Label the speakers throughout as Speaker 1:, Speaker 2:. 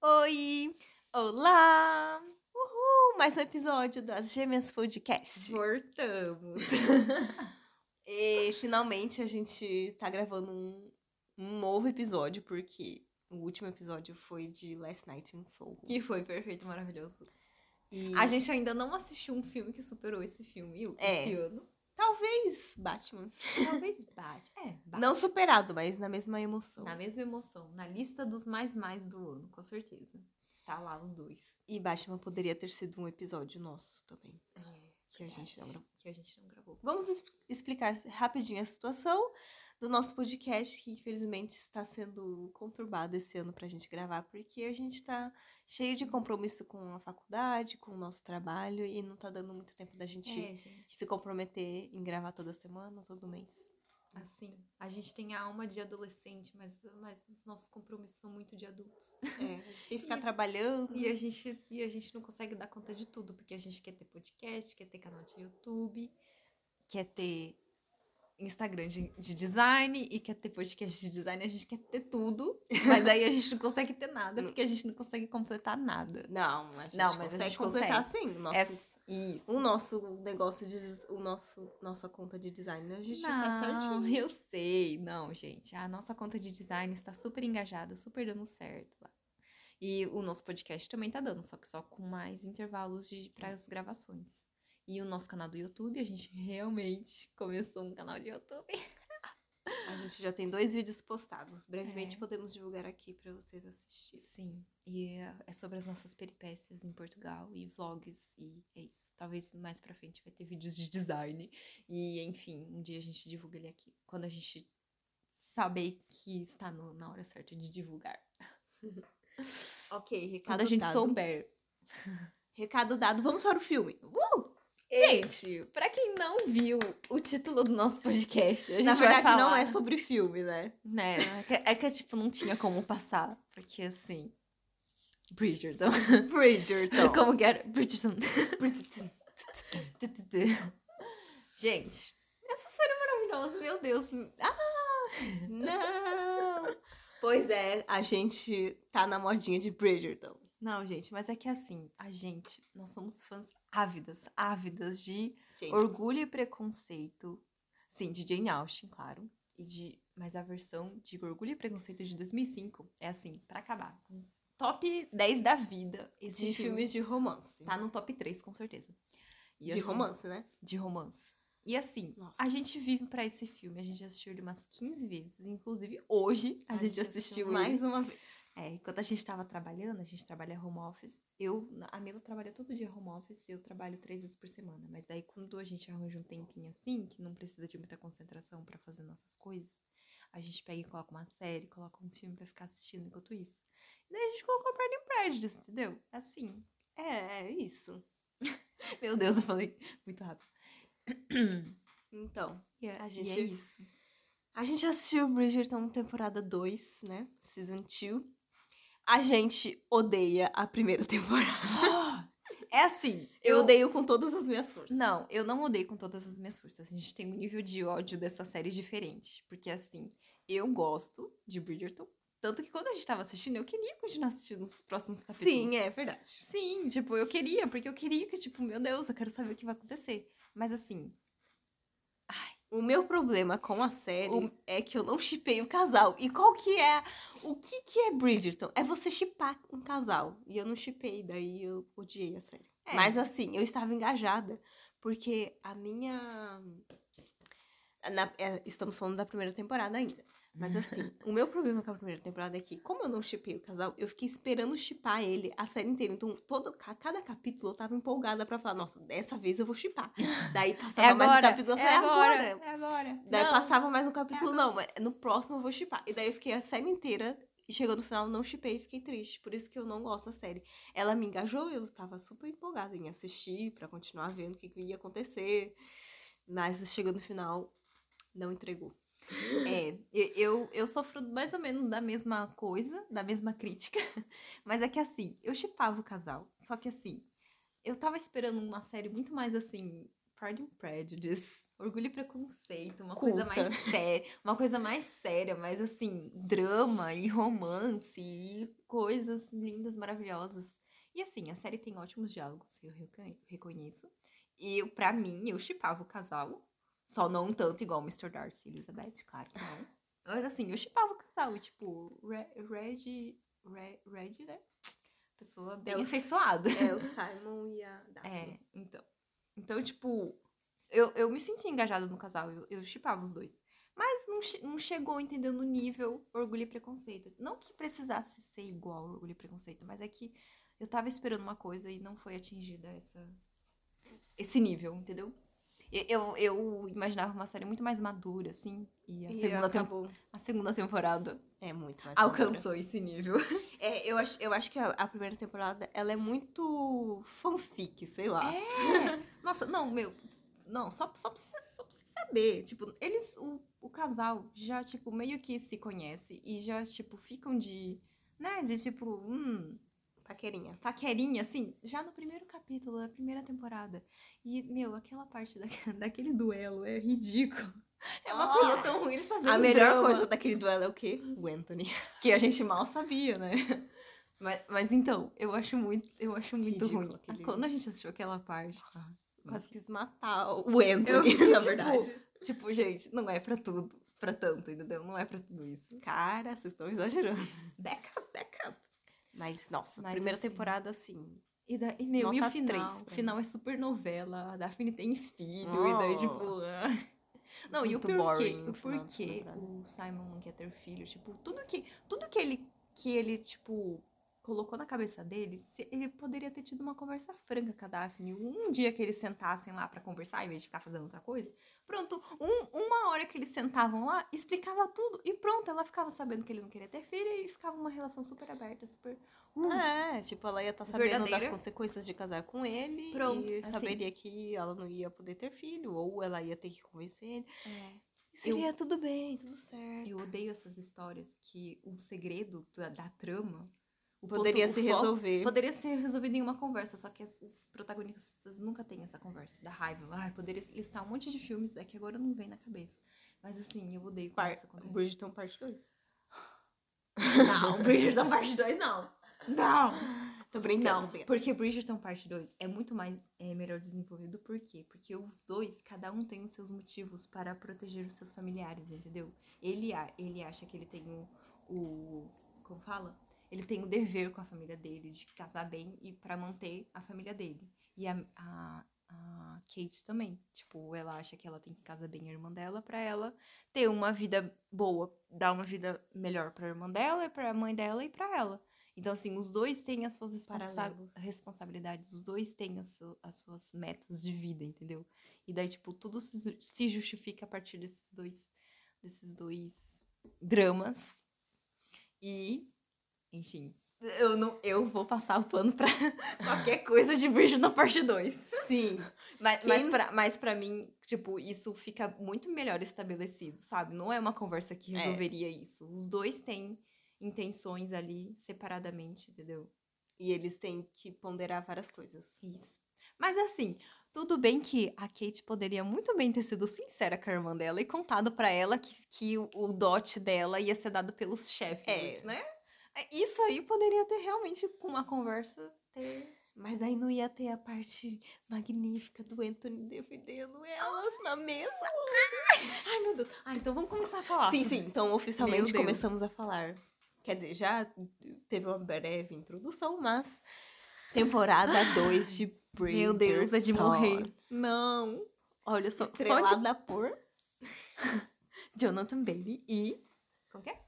Speaker 1: Oi!
Speaker 2: Olá! Uhul! Mais um episódio do As Gêmeas Podcast.
Speaker 1: Voltamos!
Speaker 2: E finalmente a gente tá gravando um, um novo episódio, porque o último episódio foi de Last Night in Soul.
Speaker 1: que foi perfeito, maravilhoso.
Speaker 2: E
Speaker 1: A gente ainda não assistiu um filme que superou esse filme o-
Speaker 2: É.
Speaker 1: esse ano.
Speaker 2: talvez Batman.
Speaker 1: Talvez bate. É, bate.
Speaker 2: Não superado, mas na mesma emoção.
Speaker 1: Na mesma emoção. Na lista dos mais mais do ano, com certeza. Está lá os dois.
Speaker 2: E Batman poderia ter sido um episódio nosso também.
Speaker 1: É,
Speaker 2: que a gente não gravou.
Speaker 1: Que a gente não gravou.
Speaker 2: Vamos es- explicar rapidinho a situação do nosso podcast, que infelizmente está sendo conturbado esse ano para a gente gravar, porque a gente está cheio de compromisso com a faculdade, com o nosso trabalho, e não tá dando muito tempo da gente
Speaker 1: É, gente.
Speaker 2: se comprometer em gravar toda semana, todo mês.
Speaker 1: Assim, a gente tem a alma de adolescente, mas, mas os nossos compromissos são muito de adultos.
Speaker 2: É, a gente tem que ficar
Speaker 1: E-
Speaker 2: trabalhando.
Speaker 1: E a, gente, e a gente não consegue dar conta de tudo, porque a gente quer ter podcast, quer ter canal de YouTube, quer ter Instagram de, de design e quer ter podcast de design. A gente quer ter tudo, mas aí a gente não consegue ter nada, porque a gente não consegue completar nada.
Speaker 2: Não, a gente
Speaker 1: Não, mas a
Speaker 2: consegue É
Speaker 1: gente
Speaker 2: completar sim. o Nosso,
Speaker 1: Essa- isso.
Speaker 2: O nosso negócio de. des- O nosso, nossa conta de design, a gente
Speaker 1: é
Speaker 2: faz certinho.
Speaker 1: Não, eu sei. Não, gente. A nossa conta de design está super engajada, super dando certo lá. E o nosso podcast também tá dando, só que só com mais intervalos para as gravações. E o nosso canal do YouTube, a gente realmente começou um canal de YouTube.
Speaker 2: A gente já tem dois vídeos postados. Brevemente
Speaker 1: É.
Speaker 2: podemos divulgar aqui pra vocês assistirem.
Speaker 1: Sim. E é- é sobre as nossas peripécias em Portugal e vlogs e é isso. Talvez mais pra frente vai ter vídeos de design. E enfim, um dia a gente divulga ele aqui. Quando a gente saber que está no- na hora certa de divulgar.
Speaker 2: Ok, recado
Speaker 1: Quando a gente
Speaker 2: dado.
Speaker 1: souber.
Speaker 2: Recado dado. Vamos para o filme.
Speaker 1: Gente, pra quem não viu o título do nosso podcast, a gente
Speaker 2: Na verdade,
Speaker 1: vai falar,
Speaker 2: não é sobre filme, né?
Speaker 1: Né, é que, é que, tipo, não tinha como passar. Porque assim. Bridgerton.
Speaker 2: Bridgerton.
Speaker 1: Como que era? Bridgerton. Gente, essa série é maravilhosa, meu Deus. Ah,
Speaker 2: não! Pois é, a gente tá na modinha de Bridgerton.
Speaker 1: não, gente, mas é que assim, a gente, nós somos fãs ávidas, ávidas de
Speaker 2: Gente,
Speaker 1: Orgulho e Preconceito. Sim, de Jane Austen, claro. E de, mas a versão de Orgulho e Preconceito de 2005 é assim, pra acabar. Top 10 da vida esse
Speaker 2: de
Speaker 1: filme.
Speaker 2: filmes de romance.
Speaker 1: Tá no top 3, com certeza. E,
Speaker 2: De
Speaker 1: assim,
Speaker 2: romance, né?
Speaker 1: de romance. E assim,
Speaker 2: Nossa.
Speaker 1: a gente vive pra esse filme, a gente já assistiu ele umas 15 vezes, inclusive hoje a, gente, assistiu, mais.
Speaker 2: mais uma vez.
Speaker 1: É, enquanto a gente tava trabalhando, a gente trabalha home office. Eu, a Mila trabalha todo dia home office, eu trabalho três vezes por semana, mas daí quando a gente arranja um tempinho assim, que não precisa de muita concentração pra fazer nossas coisas, a gente pega e coloca uma série, coloca um filme pra ficar assistindo enquanto isso. E daí a gente colocou Burning Prejudice, entendeu? Assim,
Speaker 2: É, é isso.
Speaker 1: meu Deus, eu falei muito rápido.
Speaker 2: Então,
Speaker 1: E é,
Speaker 2: A
Speaker 1: a gente...
Speaker 2: gente-
Speaker 1: é isso.
Speaker 2: A gente assistiu Bridgerton temporada 2, né? Season 2. A gente odeia a primeira temporada.
Speaker 1: É assim,
Speaker 2: Eu
Speaker 1: eu
Speaker 2: odeio com todas as minhas forças.
Speaker 1: Não, eu não odeio com todas as minhas forças. A gente tem um nível de ódio dessa série diferente. Porque, assim, eu gosto de Bridgerton. Tanto que quando a gente tava assistindo, eu queria continuar assistindo os próximos capítulos.
Speaker 2: Sim, é verdade.
Speaker 1: Sim, tipo, eu queria, porque eu queria que, tipo, meu Deus, eu quero saber o que vai acontecer. Mas, assim,
Speaker 2: O meu problema com a série
Speaker 1: O-
Speaker 2: é que eu não chipei o casal. E qual que é. O que que é Bridgerton? É você chipar um casal. E eu não chipei, daí eu odiei a série.
Speaker 1: É.
Speaker 2: Mas assim, eu estava engajada. Porque a minha. na- é, estamos falando da primeira temporada ainda. Mas assim, o meu problema com a primeira temporada é que, como eu não chipei o casal, eu fiquei esperando chipar ele a série inteira. Então, todo, ca- cada capítulo eu tava empolgada pra falar, nossa, dessa vez eu vou chipar. Daí passava mais um capítulo, eu
Speaker 1: é
Speaker 2: falei,
Speaker 1: agora,
Speaker 2: agora.
Speaker 1: é agora.
Speaker 2: Daí
Speaker 1: Não,
Speaker 2: passava mais um capítulo, não, mas no próximo eu vou chipar. E daí eu fiquei a série inteira e chegou no final, não chipei e fiquei triste. Por isso que eu não gosto da série. Ela me engajou, eu tava super empolgada em assistir pra continuar vendo o que, que ia acontecer. Mas chegou no final, não entregou.
Speaker 1: É, eu, eu, eu sofro mais ou menos da mesma coisa, da mesma crítica. Mas é que assim, eu chipava o casal. Só que assim, eu tava esperando uma série muito mais assim, Pride and Prejudice, Orgulho e preconceito, uma coisa
Speaker 2: Culta.
Speaker 1: mais séria, uma coisa mais séria, mas assim, drama e romance e coisas lindas, maravilhosas. E assim, a série tem ótimos diálogos, eu reconhe- reconheço. E eu, pra mim, eu chipava o casal. Só não tanto igual Mr. Darcy e Elizabeth, claro que não. Mas assim, eu chipava o casal, e, tipo, Re- Reg, Re- Reg, né? Pessoa bem
Speaker 2: o-
Speaker 1: afeiçoada.
Speaker 2: É o Simon e a Daphne.
Speaker 1: É, então. Então, tipo, eu, eu me senti engajada no casal, eu- eu chipava os dois. Mas não, che- não chegou, entendeu, no nível orgulho e preconceito. Não que precisasse ser igual orgulho e preconceito, mas é que eu tava esperando uma coisa e não foi atingida essa, esse nível, entendeu? E- Eu, eu imaginava uma série muito mais madura, assim, e a,
Speaker 2: E
Speaker 1: segunda, tem-
Speaker 2: acabou.
Speaker 1: a segunda temporada
Speaker 2: um É muito mais madura.
Speaker 1: alcançou esse nível.
Speaker 2: É, eu, acho, eu acho que a, a primeira temporada, ela é muito fanfic, sei lá.
Speaker 1: Nossa, não, meu. Não, só, só, pra, você, só pra você saber. Tipo, eles. O, o casal já, tipo, meio que se conhece e já, tipo, ficam de. Né? De tipo, hum,
Speaker 2: Paquerinha.
Speaker 1: paquerinha, assim, já no primeiro capítulo da primeira temporada. E, meu, aquela parte da, daquele duelo é ridículo. É uma
Speaker 2: Ah!
Speaker 1: coisa tão ruim eles fazerem
Speaker 2: a
Speaker 1: um
Speaker 2: melhor
Speaker 1: drama
Speaker 2: coisa daquele duelo é o quê? O Anthony.
Speaker 1: que a gente mal sabia, né? Mas, mas então, eu acho muito, eu acho muito
Speaker 2: Ridículo
Speaker 1: ruim.
Speaker 2: aquele-
Speaker 1: Quando a gente assistiu aquela parte, ah,
Speaker 2: Quase quis matar o Anthony,
Speaker 1: Eu-
Speaker 2: na
Speaker 1: tipo,
Speaker 2: verdade.
Speaker 1: Tipo, gente, não é pra tudo, pra tanto, entendeu? Não é pra tudo isso.
Speaker 2: Cara, vocês estão exagerando.
Speaker 1: Back up, back up.
Speaker 2: Mas, nossa,
Speaker 1: Mas,
Speaker 2: primeira
Speaker 1: assim,
Speaker 2: temporada, assim...
Speaker 1: E, da, e, meu, e o
Speaker 2: Nota
Speaker 1: final?
Speaker 2: três
Speaker 1: o
Speaker 2: pra
Speaker 1: final é super novela, a Daphne tem filho, e daí,
Speaker 2: Oh.
Speaker 1: tipo... ah. Não, e o
Speaker 2: Muito
Speaker 1: porquê,
Speaker 2: boring
Speaker 1: o
Speaker 2: o final dessa
Speaker 1: porquê
Speaker 2: temporada.
Speaker 1: o Simon não quer ter filho, tipo, tudo que, tudo que ele, que ele, tipo, colocou na cabeça dele, se- ele poderia ter tido uma conversa franca com a Daphne, um dia que eles sentassem lá pra conversar, em vez de ficar fazendo outra coisa, Pronto, um- uma hora que eles sentavam lá, explicava tudo e pronto, ela ficava sabendo que ele não queria ter filho e ficava uma relação super aberta, super. Uh,
Speaker 2: É, tipo, ela ia estar sabendo
Speaker 1: Verdadeira.
Speaker 2: das consequências de casar com ele.
Speaker 1: Pronto,
Speaker 2: E
Speaker 1: assim.
Speaker 2: saberia que ela não ia poder ter filho, ou ela ia ter que convencer ele.
Speaker 1: é.
Speaker 2: E seria tudo bem, tudo certo.
Speaker 1: Eu odeio essas histórias que o segredo da, da trama o
Speaker 2: Poderia
Speaker 1: ponto-
Speaker 2: se
Speaker 1: o foco-
Speaker 2: resolver.
Speaker 1: Poderia ser resolvido em uma conversa, só que as- os protagonistas nunca têm essa conversa, da raiva. Ai, poderia listar um monte de filmes, é que agora não vem na cabeça. Mas assim, eu odeio quando
Speaker 2: Par...
Speaker 1: isso acontece.
Speaker 2: Bridgerton parte 2.
Speaker 1: Não, Bridgerton parte 2 não. Não!
Speaker 2: Tô brincando,
Speaker 1: Não,
Speaker 2: tô brincando.
Speaker 1: porque Bridgerton parte 2 é muito mais é, melhor desenvolvido. Por quê? Porque os dois, cada um tem os seus motivos para proteger os seus familiares, entendeu? Ele, a- ele acha que ele tem o, o- Como fala? Ele tem o dever com a família dele de casar bem e para manter a família dele. E a, a, a Kate também. Tipo, ela acha que ela tem que casar bem a irmã dela para ela ter uma vida boa, dar uma vida melhor para a irmã dela, para a mãe dela e para ela. Então, assim, os dois têm as suas responsa-
Speaker 2: Paralelos.
Speaker 1: responsabilidades, os dois têm as, su- as suas metas de vida, entendeu? E daí, tipo, tudo se, ju- se justifica a partir desses dois, desses dois dramas. E, enfim, eu não eu vou passar o pano pra qualquer coisa de Virgin na parte 2.
Speaker 2: Sim.
Speaker 1: Mas,
Speaker 2: Quem-
Speaker 1: mas, pra, mas pra mim, tipo, isso fica muito melhor estabelecido, sabe? Não é uma conversa que
Speaker 2: É.
Speaker 1: resolveria isso. Os dois têm intenções ali separadamente, entendeu?
Speaker 2: E eles têm que ponderar várias coisas.
Speaker 1: Isso. Mas assim, tudo bem que a Kate poderia muito bem ter sido sincera com a irmã dela e contado pra ela que, que o- o dote dela ia ser dado pelos chefes,
Speaker 2: É.
Speaker 1: né? Isso aí poderia ter realmente com uma conversa ter
Speaker 2: Mas aí não ia ter a parte magnífica do Anthony defendendo elas na mesa.
Speaker 1: Ai, meu Deus. Ah, então vamos começar a falar.
Speaker 2: sim, sim. Então,
Speaker 1: Meu
Speaker 2: oficialmente
Speaker 1: Deus.
Speaker 2: começamos a falar. Quer dizer, já teve uma breve introdução, mas. Temporada 2 de Bridgerton.
Speaker 1: Meu Deus, é de morrer. Não.
Speaker 2: Olha só,
Speaker 1: Estrelada
Speaker 2: só de... por
Speaker 1: Jonathan Bailey e. Qual que é?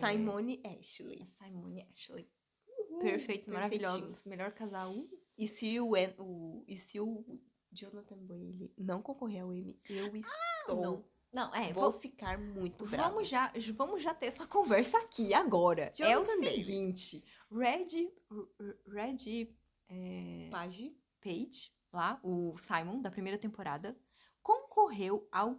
Speaker 2: Simone Ashley.
Speaker 1: Simon e É Ashley.
Speaker 2: Perfeito,
Speaker 1: Perfeitos,
Speaker 2: maravilhosos.
Speaker 1: maravilhosos. Uh, Melhor casal.
Speaker 2: E se o, An- o- e se o Jonathan Bailey não concorrer ao Emmy, eu estou...
Speaker 1: Ah, não. Não, é,
Speaker 2: vou
Speaker 1: vou-
Speaker 2: ficar muito brava.
Speaker 1: vamos, já, vamos já ter essa conversa aqui agora. é o
Speaker 2: Jonathan Bailey.
Speaker 1: seguinte: Red. Red. é,
Speaker 2: Page.
Speaker 1: Page, lá, o Simon, da primeira temporada, concorreu ao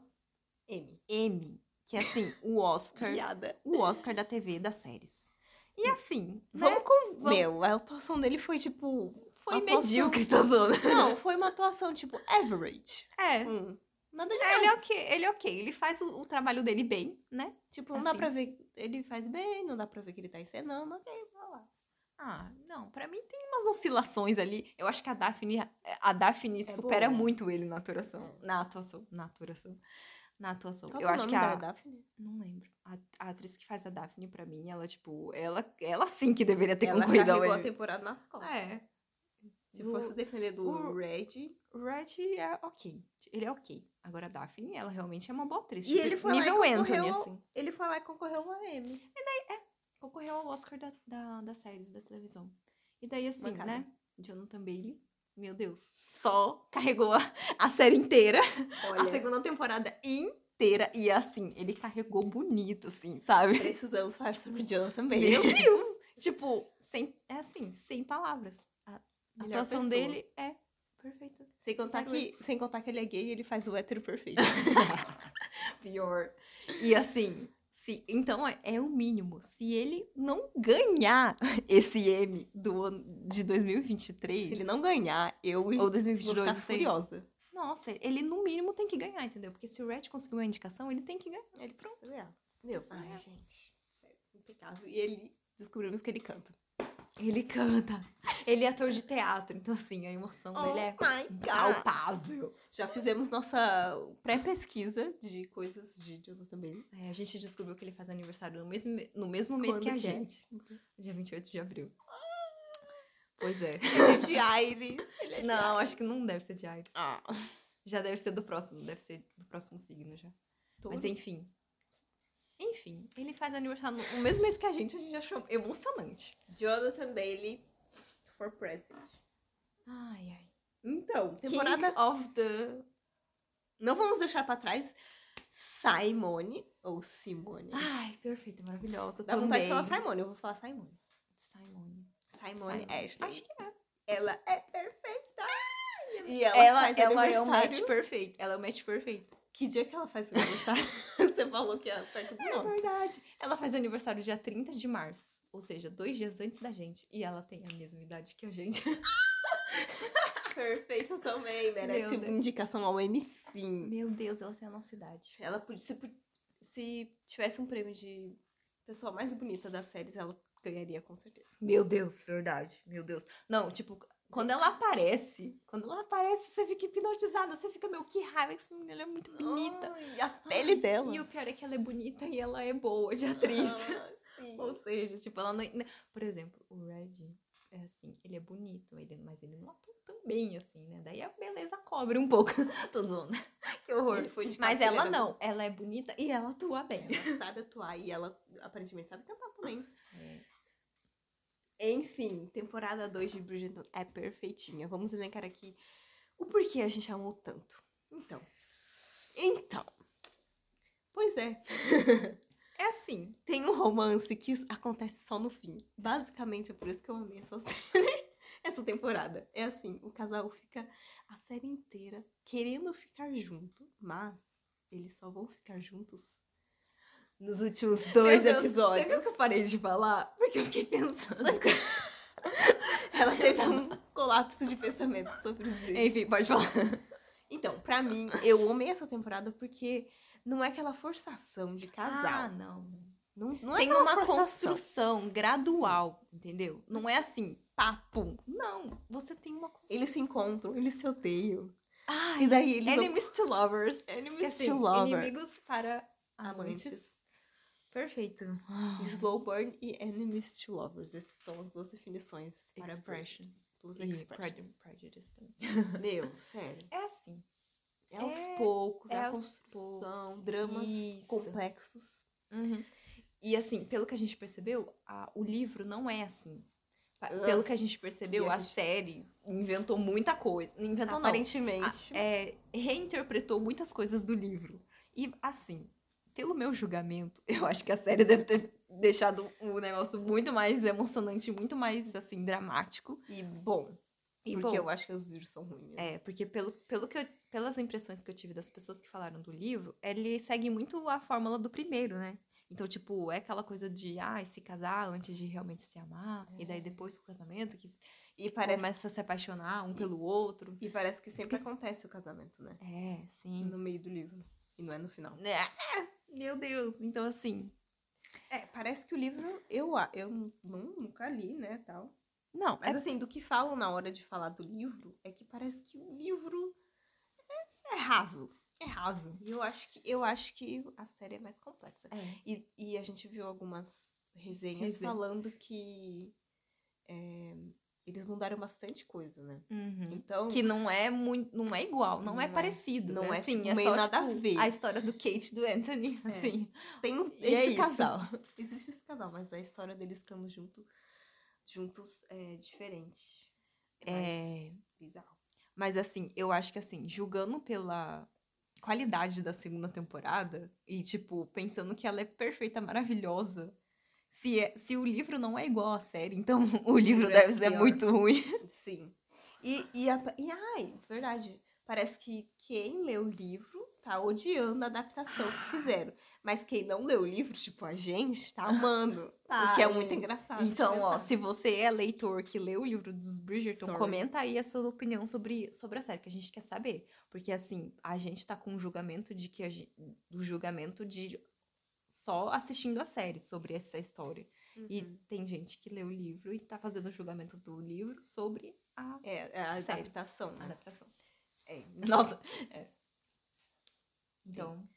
Speaker 2: Emmy.
Speaker 1: M, que é assim, o Oscar.
Speaker 2: Obrigada.
Speaker 1: o Oscar da TV das séries. E assim,
Speaker 2: Vamos
Speaker 1: né?
Speaker 2: com...
Speaker 1: Vamos-
Speaker 2: Meu, a atuação dele foi, tipo...
Speaker 1: Foi
Speaker 2: atuação-
Speaker 1: medíocre, Tazona.
Speaker 2: Não, foi uma atuação, tipo, average.
Speaker 1: É.
Speaker 2: Hum, Nada
Speaker 1: É, ele é
Speaker 2: demais.
Speaker 1: ok, ele é ok. Ele faz o, o trabalho dele bem, né?
Speaker 2: Tipo, não dá
Speaker 1: assim.
Speaker 2: pra ver. Ele faz bem, não dá pra ver que ele tá encenando. Ok, vai lá.
Speaker 1: Ah, não, pra mim tem umas oscilações ali. Eu acho que a Daphne, a Daphne supera
Speaker 2: É boa. É.
Speaker 1: muito ele na atuação. Na atuação, na atuação. Na atuação.
Speaker 2: Qual
Speaker 1: eu acho que
Speaker 2: é o
Speaker 1: a
Speaker 2: nome da Daphne?
Speaker 1: não lembro. A, a atriz que faz a Daphne pra mim, ela tipo, ela ela sim que deveria ter
Speaker 2: Ela tá
Speaker 1: concorrido
Speaker 2: carregou
Speaker 1: ao
Speaker 2: a
Speaker 1: Emmy.
Speaker 2: temporada nas costas.
Speaker 1: É.
Speaker 2: Se
Speaker 1: O-
Speaker 2: fosse depender do
Speaker 1: o-
Speaker 2: Red.
Speaker 1: Red é OK. Ele é OK. Agora a Daphne, ela realmente é uma boa atriz.
Speaker 2: E
Speaker 1: tipo,
Speaker 2: ele foi lá e
Speaker 1: nível Anthony
Speaker 2: concorreu-
Speaker 1: assim.
Speaker 2: Ele foi lá e concorreu a M.
Speaker 1: concorreu ao Oscar da, da, das séries da televisão. E daí, assim,
Speaker 2: Bancada.
Speaker 1: né? Jonathan Bailey, meu Deus, só carregou a, a série inteira, a segunda temporada inteira. E assim, ele carregou bonito, assim, sabe?
Speaker 2: precisamos falar sobre Jonathan
Speaker 1: Meu
Speaker 2: Bailey.
Speaker 1: Deus! tipo, sem, é assim, sem palavras. A a
Speaker 2: Melhor
Speaker 1: atuação
Speaker 2: pessoa.
Speaker 1: dele é perfeita.
Speaker 2: Sem contar,
Speaker 1: Zero
Speaker 2: que,
Speaker 1: erros.
Speaker 2: sem contar que ele é gay e ele faz o hétero perfeito.
Speaker 1: Pior. E assim. Se, então é, é o mínimo. Se ele não ganhar esse M do, ano- de 2023.
Speaker 2: Se ele não ganhar, eu
Speaker 1: Ou
Speaker 2: vou
Speaker 1: 2022,
Speaker 2: ficar
Speaker 1: não sei.
Speaker 2: furiosa.
Speaker 1: Nossa, ele no mínimo tem que ganhar, entendeu? Porque se o Red conseguiu uma indicação, ele tem que ganhar.
Speaker 2: Ele pronto. Meu,
Speaker 1: Precisa
Speaker 2: ai,
Speaker 1: ganhar.
Speaker 2: gente. Sério, impecável. E ele, descobrimos que ele canta.
Speaker 1: Ele canta. Ele é ator de teatro, então assim, a emoção dele é
Speaker 2: my
Speaker 1: palpável.
Speaker 2: Oh, Já fizemos nossa pré-pesquisa de coisas de Jonathan Bailey.
Speaker 1: É, a gente descobriu que ele faz aniversário no mesmo, no mesmo mês
Speaker 2: Quando
Speaker 1: que a
Speaker 2: que é?
Speaker 1: gente. Dia 28 de abril. Pois é.
Speaker 2: Ele é de Aires. Ele é
Speaker 1: Não, acho que não deve ser de Ares.
Speaker 2: Ah,
Speaker 1: Já deve ser do próximo, deve ser do próximo signo já. Mas enfim. Enfim, ele faz aniversário no no mesmo mês que a gente, a gente achou emocionante.
Speaker 2: Jonathan Bailey for president.
Speaker 1: Ai, ai.
Speaker 2: Então,
Speaker 1: temporada-
Speaker 2: King of the... Não vamos deixar pra trás Simone, ou Simone.
Speaker 1: Ai, perfeita, maravilhosa.
Speaker 2: Dá vontade de falar
Speaker 1: também.
Speaker 2: Simone, eu vou falar Simone.
Speaker 1: Simone.
Speaker 2: Simone, Ashley.
Speaker 1: Acho que é.
Speaker 2: Ela é perfeita! E ela,
Speaker 1: Ela,
Speaker 2: faz
Speaker 1: ela é o match
Speaker 2: aniversário...
Speaker 1: perfeito. Ela é o match perfeito.
Speaker 2: Que dia que ela faz aniversário? Você falou que é perto do nosso.
Speaker 1: verdade. Ela faz aniversário dia 30 de março. Ou seja, dois dias antes da gente. E ela tem a mesma idade que a gente.
Speaker 2: Perfeita também, merece
Speaker 1: Meu Deus.
Speaker 2: indicação ao MC.
Speaker 1: Meu Deus, ela tem a nossa idade.
Speaker 2: Ela podia, se, pu- se tivesse um prêmio de pessoa mais bonita das séries, ela ganharia com certeza.
Speaker 1: Meu Deus, verdade. Meu Deus. Não, tipo, quando ela aparece, quando ela aparece, você fica hipnotizada. Você fica, meu, que raiva que essa menina ela é muito bonita.
Speaker 2: Ai, a pele dela.
Speaker 1: E o pior é que ela é bonita e ela é boa de atriz.
Speaker 2: Ah, sim.
Speaker 1: Ou seja, tipo, ela não. né, Por exemplo, o Red, é assim, ele é bonito, ele, mas ele não atua tão bem, assim, né? Daí a beleza cobre um pouco. Tô zoando. Que horror.
Speaker 2: Ele foi indicado
Speaker 1: Mas
Speaker 2: porque ele
Speaker 1: ela
Speaker 2: era
Speaker 1: não. Ela é bonita e ela atua bem.
Speaker 2: Ela sabe É atuar e ela aparentemente sabe cantar também. É. Enfim, temporada 2 de Bridgerton é perfeitinha. Vamos elencar aqui o porquê a gente amou tanto. Então. Então. Pois é.
Speaker 1: É assim.
Speaker 2: Tem um romance que acontece só no fim. Basicamente é por isso que eu amei essa série. Essa temporada. É assim, o casal fica a série inteira querendo ficar junto, mas eles só vão ficar juntos
Speaker 1: Nos últimos dois
Speaker 2: Meu Deus,
Speaker 1: episódios.
Speaker 2: você viu
Speaker 1: que eu parei de falar? Porque eu fiquei pensando.
Speaker 2: Ela teve um colapso de pensamento sobre o Bridget.
Speaker 1: Enfim, pode falar.
Speaker 2: Então, pra mim, eu amei essa temporada porque não é aquela forçação de
Speaker 1: Ah,
Speaker 2: casal.
Speaker 1: não.
Speaker 2: não, não é
Speaker 1: Tem
Speaker 2: aquela
Speaker 1: uma
Speaker 2: forçação.
Speaker 1: construção gradual, entendeu? Não é assim, pá, pum. Não. Você tem uma construção.
Speaker 2: Eles se encontram, eles se odeiam.
Speaker 1: Ah,
Speaker 2: E daí eles vão-
Speaker 1: Enemies to lovers.
Speaker 2: Enemies
Speaker 1: Assim,
Speaker 2: to lovers.
Speaker 1: Inimigos para amantes.
Speaker 2: amantes.
Speaker 1: Perfeito.
Speaker 2: Slow burn e enemies to lovers. Essas são as duas definições para Bridget.
Speaker 1: Expressions.
Speaker 2: Dos
Speaker 1: E
Speaker 2: expressions.
Speaker 1: Pride- Prejudice também.
Speaker 2: Meu, sério.
Speaker 1: É assim.
Speaker 2: É aos
Speaker 1: É-
Speaker 2: poucos, é,
Speaker 1: é
Speaker 2: a
Speaker 1: aos
Speaker 2: construção,
Speaker 1: poucos.
Speaker 2: dramas
Speaker 1: Isso.
Speaker 2: complexos.
Speaker 1: Uhum. E assim, pelo que a gente percebeu, a- o livro não é assim. Pa-
Speaker 2: Ah.
Speaker 1: Pelo que a gente Tá percebeu,
Speaker 2: E a
Speaker 1: a,
Speaker 2: gente-
Speaker 1: série inventou muita coisa. Não Inventou não.
Speaker 2: Aparentemente.
Speaker 1: a- é, reinterpretou muitas coisas do livro. E, assim, pelo meu julgamento, eu acho que a série deve ter deixado o negócio muito mais emocionante, muito mais, assim, dramático.
Speaker 2: E é. bom.
Speaker 1: E
Speaker 2: porque
Speaker 1: bom.
Speaker 2: eu acho que os livros são ruins.
Speaker 1: É, porque pelo, pelo que eu- pelas impressões que eu tive das pessoas que falaram do livro, ele segue muito a fórmula do primeiro, né? Então, tipo, é aquela coisa de, ah, se casar antes de realmente se amar, É. e daí depois do casamento, que,
Speaker 2: E parece,
Speaker 1: Começa a se apaixonar um pelo outro.
Speaker 2: e parece que sempre acontece o casamento, né?
Speaker 1: É, sim.
Speaker 2: No meio do livro. E não é no final.
Speaker 1: Ah, meu Deus. Então, assim.
Speaker 2: É, parece que o livro, eu, a- eu nu- nu- nunca li, né, tal.
Speaker 1: Não, é
Speaker 2: Mas assim, do que falam na hora de falar do livro, é que parece que o livro é, é raso. É raso. E eu acho que, eu acho que a série é mais complexa.
Speaker 1: é. é.
Speaker 2: E, e a gente viu algumas resenhas
Speaker 1: Resenha.
Speaker 2: falando que é, eles mudaram bastante coisa, né?
Speaker 1: Uhum.
Speaker 2: Então,
Speaker 1: Que não é muito. Não é igual, não, é,
Speaker 2: Não é.
Speaker 1: parecido.
Speaker 2: Não é,
Speaker 1: assim,
Speaker 2: tipo,
Speaker 1: é
Speaker 2: meio
Speaker 1: só,
Speaker 2: nada a
Speaker 1: tipo,
Speaker 2: ver.
Speaker 1: A história do Kate e do Anthony.
Speaker 2: É.
Speaker 1: Assim.
Speaker 2: tem uns-
Speaker 1: E é
Speaker 2: esse
Speaker 1: isso.
Speaker 2: casal. Existe esse casal, mas a história deles ficando junto, juntos é diferente. mais
Speaker 1: É.
Speaker 2: bizarro.
Speaker 1: Mas assim, eu acho que assim, julgando pela qualidade da segunda temporada e tipo, pensando que ela é perfeita, maravilhosa, se é- se o livro não é igual à série, então o livro
Speaker 2: livro é
Speaker 1: deve ser
Speaker 2: pior.
Speaker 1: muito ruim.
Speaker 2: Sim. E, e, a, e ai, verdade. Parece que quem lê o livro tá odiando a adaptação que fizeram. Mas quem não lê o livro, tipo a gente, tá amando.
Speaker 1: Tá,
Speaker 2: o que é
Speaker 1: é.
Speaker 2: muito engraçado. de
Speaker 1: Então, ó,
Speaker 2: pensar.
Speaker 1: se você é leitor que lê o livro dos Bridgerton,
Speaker 2: Sorry.
Speaker 1: comenta aí a sua opinião sobre, sobre a série, que a gente quer saber. Porque, assim, a gente tá com um julgamento de que a gente, do julgamento de só assistindo a série sobre essa história. E
Speaker 2: Uhum.
Speaker 1: tem gente que lê o livro e tá fazendo o julgamento do livro sobre a
Speaker 2: É, é a
Speaker 1: Sério.
Speaker 2: adaptação. Né?
Speaker 1: adaptação.
Speaker 2: É.
Speaker 1: Nossa! é. Então.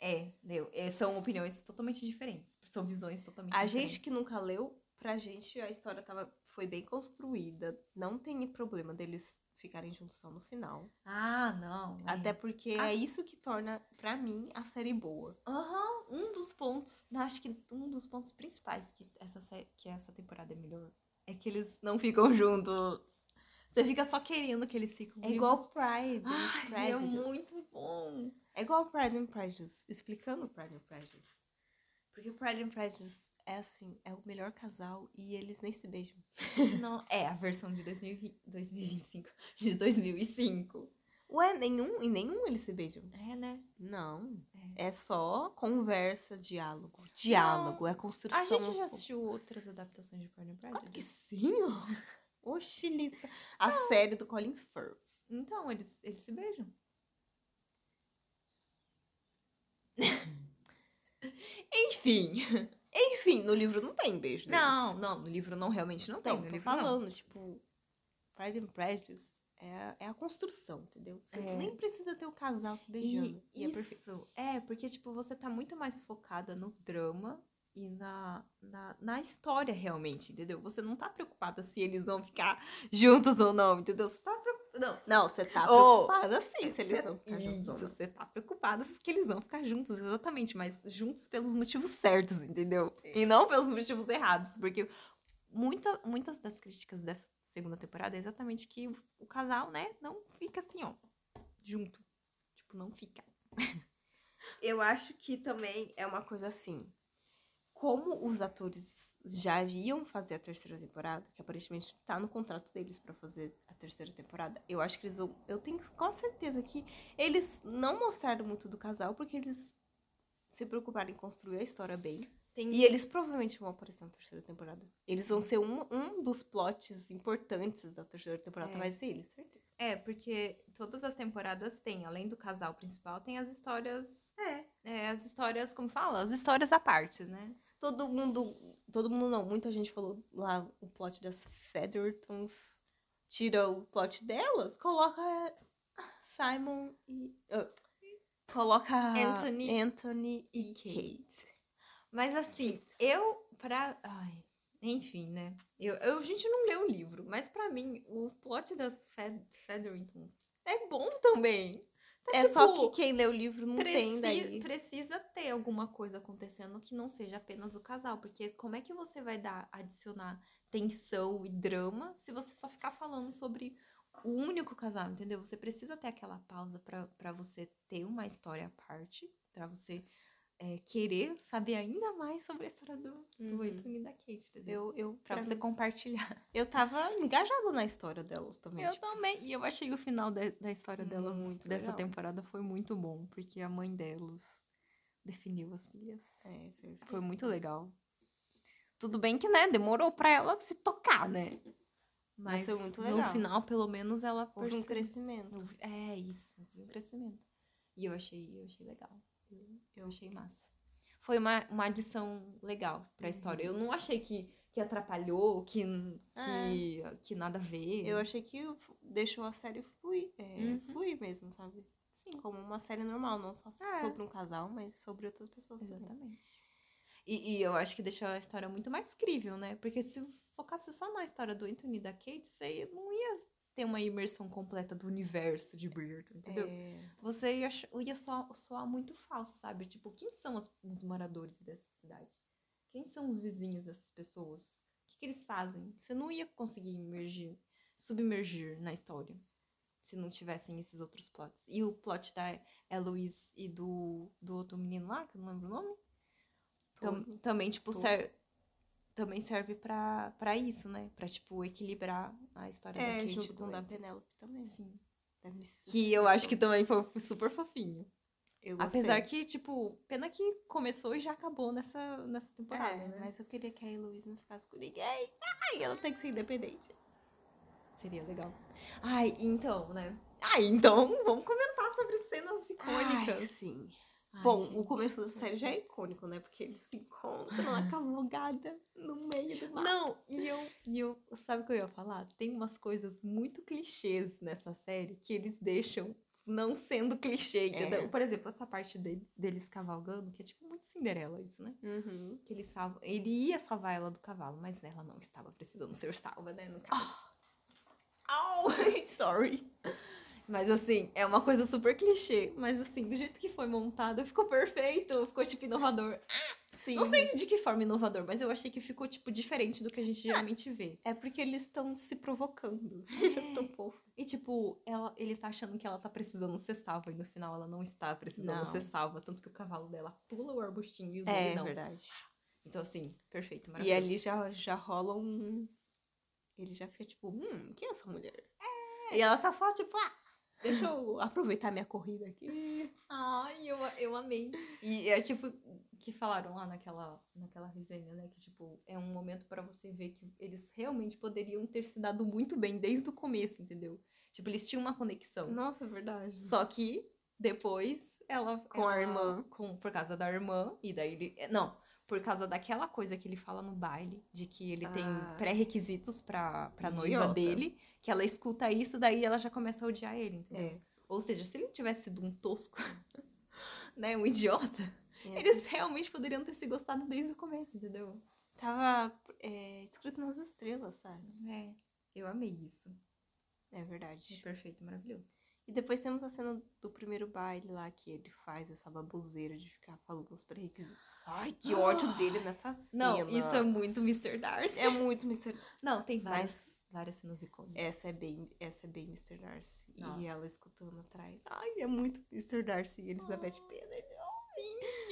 Speaker 1: É, deu. É, são opiniões totalmente diferentes. São visões totalmente
Speaker 2: A
Speaker 1: diferentes.
Speaker 2: gente que nunca leu, pra gente a história tava, foi bem construída. Não tem problema deles ficarem juntos só no final.
Speaker 1: Ah, não. é.
Speaker 2: Até porque
Speaker 1: Ah.
Speaker 2: é isso que torna, pra mim, a série boa.
Speaker 1: Aham, um dos pontos, não, acho que um dos pontos principais que essa, sé- que essa temporada é melhor é que eles não ficam juntos. Você fica só querendo que eles ficam
Speaker 2: É igual Pride. and
Speaker 1: Ai, é
Speaker 2: Prejudice.
Speaker 1: muito bom.
Speaker 2: É igual Pride and Prejudice. Explicando Pride and Prejudice. Porque Pride and Prejudice é assim, é o melhor casal e eles nem se beijam.
Speaker 1: Não, é a versão de 2020, 2025, de 2005.
Speaker 2: Ué, nenhum, em nenhum eles se beijam.
Speaker 1: É, né?
Speaker 2: Não. É só conversa, diálogo. é construção.
Speaker 1: A gente
Speaker 2: aos
Speaker 1: já
Speaker 2: poucos.
Speaker 1: assistiu outras adaptações de Pride and
Speaker 2: Claro que
Speaker 1: Prejudice?
Speaker 2: sim, ó. Oxi, Lissa. A série do Colin Firth.
Speaker 1: Então, eles, eles se beijam. Enfim.
Speaker 2: Enfim, no livro não tem beijo deles.
Speaker 1: Não, não, no livro não, realmente não tem.
Speaker 2: Então,
Speaker 1: no
Speaker 2: tô
Speaker 1: livro não.
Speaker 2: falando, tipo, Pride and Prejudice é, a- é a construção, entendeu? Você
Speaker 1: É.
Speaker 2: nem precisa ter o casal se beijando.
Speaker 1: E
Speaker 2: E, é perfeito.
Speaker 1: isso, é, porque, tipo, você tá muito mais focada no drama e na, na, na história, realmente, entendeu? Você não tá preocupada se eles vão ficar juntos ou não, entendeu? Você tá preocupada... Não,
Speaker 2: Não, você tá
Speaker 1: Ô,
Speaker 2: preocupada sim se eles
Speaker 1: Cê-
Speaker 2: vão ficar juntos ou
Speaker 1: Isso,
Speaker 2: não.
Speaker 1: você tá preocupada se que eles vão ficar juntos, exatamente, mas juntos pelos motivos certos, entendeu?
Speaker 2: É.
Speaker 1: E não pelos motivos errados, porque muita, muitas das críticas dessa segunda temporada é exatamente que o, o casal, né, não fica assim, ó, junto. Tipo, não fica.
Speaker 2: Eu acho que também é uma coisa assim. Como os atores já iam fazer a terceira temporada, que aparentemente tá no contrato deles pra fazer a terceira temporada, eu acho que eles vão. Eu tenho quase certeza que eles não mostraram muito do casal, porque eles se preocuparam em construir a história bem.
Speaker 1: Tem...
Speaker 2: E eles provavelmente vão aparecer na terceira temporada. Eles vão ser um, um dos plots importantes da terceira temporada.
Speaker 1: É.
Speaker 2: Vai ser eles, certeza.
Speaker 1: É, porque todas as temporadas tem, além do casal principal, tem as histórias.
Speaker 2: É.
Speaker 1: é, as histórias, como fala? As histórias à parte, né?
Speaker 2: Todo mundo. Todo mundo não. Muita gente falou lá o plot das Feathertons. Tira o plot delas, coloca Simon e. ah, coloca
Speaker 1: Anthony.
Speaker 2: Anthony e
Speaker 1: Kate.
Speaker 2: Kate.
Speaker 1: Mas assim, eu pra. Ai, enfim, né? Eu, eu- a gente não lê o livro, mas pra mim, o plot das Fed, Featheringtons é bom também. Tá,
Speaker 2: É
Speaker 1: tipo,
Speaker 2: só que quem lê o livro não
Speaker 1: preci-
Speaker 2: tem daí.
Speaker 1: Precisa ter alguma coisa acontecendo que não seja apenas o casal. Porque como é que você vai dar, adicionar tensão e drama se você só ficar falando sobre o único casal, entendeu? Você precisa ter aquela pausa pra pra você ter uma história à parte, pra você é, querer saber ainda mais sobre a história do, do
Speaker 2: Uhum.
Speaker 1: Anthony e da Kate, entendeu?
Speaker 2: Eu, eu,
Speaker 1: Pra,
Speaker 2: pra
Speaker 1: você compartilhar.
Speaker 2: eu tava engajada na história delas também. tipo,
Speaker 1: Eu também. E eu achei o final da, da história delas
Speaker 2: Muito
Speaker 1: dessa
Speaker 2: legal.
Speaker 1: temporada foi muito bom, porque a mãe delas definiu as filhas.
Speaker 2: É, perfeito.
Speaker 1: Foi muito legal. Tudo bem que, né, demorou pra ela se tocar, né? Mas
Speaker 2: ser muito
Speaker 1: no
Speaker 2: legal.
Speaker 1: final, pelo menos, ela
Speaker 2: Houve um
Speaker 1: perce-
Speaker 2: crescimento.
Speaker 1: Eu vi- É isso, eu vi um crescimento. E eu achei, eu achei legal. Eu- Eu achei massa. Foi uma, uma adição legal pra história. Eu não achei que, que atrapalhou, que, n- que, que nada a ver.
Speaker 2: Eu achei que f- deixou a série fluir, é,
Speaker 1: Uhum.
Speaker 2: fluir mesmo, sabe? Sim. Como uma série normal, não só so-
Speaker 1: É.
Speaker 2: sobre um casal, mas sobre outras pessoas também.
Speaker 1: Exatamente. E, e eu acho que deixou a história muito mais crível, né? Porque se focasse só na história do Anthony e da Kate, você não ia ter uma imersão completa do universo de Bridgerton, entendeu?
Speaker 2: É,
Speaker 1: Você ia, ach- ia só, soar muito falso, sabe? Tipo, quem são as- os moradores dessa cidade? Quem são os vizinhos dessas pessoas? O que, que eles fazem? Você não ia conseguir imergir, submergir na história se não tivessem esses outros plots. E o plot da Eloise e do, do outro menino lá, que eu não lembro o nome, tam-
Speaker 2: Tony.
Speaker 1: também, tipo,
Speaker 2: Tony.
Speaker 1: ser, também serve pra, pra isso, né? Pra, tipo, equilibrar a história da
Speaker 2: é
Speaker 1: Kate
Speaker 2: junto
Speaker 1: e
Speaker 2: com o
Speaker 1: do
Speaker 2: da
Speaker 1: Anthony.
Speaker 2: Penélope também. É,
Speaker 1: Sim.
Speaker 2: Deve ser
Speaker 1: Que eu acho que também foi super fofinho.
Speaker 2: eu gostei.
Speaker 1: Apesar que, tipo, pena que começou e já acabou nessa, nessa temporada,
Speaker 2: É,
Speaker 1: né?
Speaker 2: mas eu queria que a Heloísa não ficasse com ninguém. Ai, ela tem que ser independente.
Speaker 1: Seria legal. Ai, então, né? Ai, então, vamos comentar sobre cenas
Speaker 2: Ai,
Speaker 1: icônicas.
Speaker 2: sim.
Speaker 1: Ai,
Speaker 2: Bom, o
Speaker 1: gente.
Speaker 2: começo da série já é icônico, né? Porque eles se encontram na cavalgada no meio do mar.
Speaker 1: Não, e eu, e eu. Sabe o que eu ia falar? Tem umas coisas muito clichês nessa série que eles deixam não sendo clichê, entendeu? Por exemplo, essa parte dele- deles cavalgando, que é tipo muito Cinderela isso, né?
Speaker 2: Uhum.
Speaker 1: Que ele, salva, ele ia salvar ela do cavalo, mas ela não estava precisando ser salva, né? No caso. Au! Sorry. Mas assim, é uma coisa super clichê. Mas assim, do jeito que foi montada, ficou perfeito. Ficou tipo inovador.
Speaker 2: Sim.
Speaker 1: Não sei de que forma inovador, mas eu achei que ficou tipo diferente do que a gente geralmente vê.
Speaker 2: É porque eles estão se provocando. Eu tô fofo.
Speaker 1: E tipo, ela, ele tá achando que ela tá precisando ser salva. E no final ela não está precisando
Speaker 2: Não.
Speaker 1: ser salva. Tanto que o cavalo dela pula o arbustinho e o
Speaker 2: É,
Speaker 1: dele não.
Speaker 2: verdade.
Speaker 1: Então assim, perfeito,
Speaker 2: E
Speaker 1: maravilhoso.
Speaker 2: ali já, já rola um. Ele já fica tipo, hum, quem é essa mulher?
Speaker 1: É.
Speaker 2: E ela tá só tipo, ah, deixa eu aproveitar minha corrida aqui.
Speaker 1: Ai, eu, eu amei. E é tipo que falaram lá naquela, naquela resenha, né? Que tipo, é um momento pra você ver que eles realmente poderiam ter se dado muito bem desde o começo, entendeu? Tipo, eles tinham uma conexão.
Speaker 2: Nossa, é verdade.
Speaker 1: Só que depois ela.
Speaker 2: Com a
Speaker 1: ela-
Speaker 2: irmã.
Speaker 1: Com, por causa da irmã. E daí ele. é, Não, por causa daquela coisa que ele fala no baile, de que ele tem
Speaker 2: Ah.
Speaker 1: pré-requisitos pra, pra noiva
Speaker 2: Idiota.
Speaker 1: dele, que ela escuta isso, daí ela já começa a odiar ele, entendeu?
Speaker 2: É.
Speaker 1: Ou seja, se ele tivesse sido um tosco, né? Um idiota,
Speaker 2: É.
Speaker 1: eles realmente poderiam ter se gostado desde o começo, entendeu?
Speaker 2: Tava é, escrito nas estrelas, sabe?
Speaker 1: É. Eu amei isso.
Speaker 2: É
Speaker 1: É
Speaker 2: verdade.
Speaker 1: perfeito, maravilhoso.
Speaker 2: E depois temos a cena do primeiro baile lá, que ele faz essa baboseira de ficar falando os pré-requisitos. Ai, que ódio dele nessa cena.
Speaker 1: Não, isso é muito Mr. Darcy.
Speaker 2: É muito Mr.
Speaker 1: Não, tem várias,
Speaker 2: Mas-
Speaker 1: várias cenas icônicas.
Speaker 2: Essa é bem, essa é bem Mr. Darcy.
Speaker 1: Nossa.
Speaker 2: E ela escutando atrás. Ai, é muito Mr. Darcy e Elizabeth Bennet.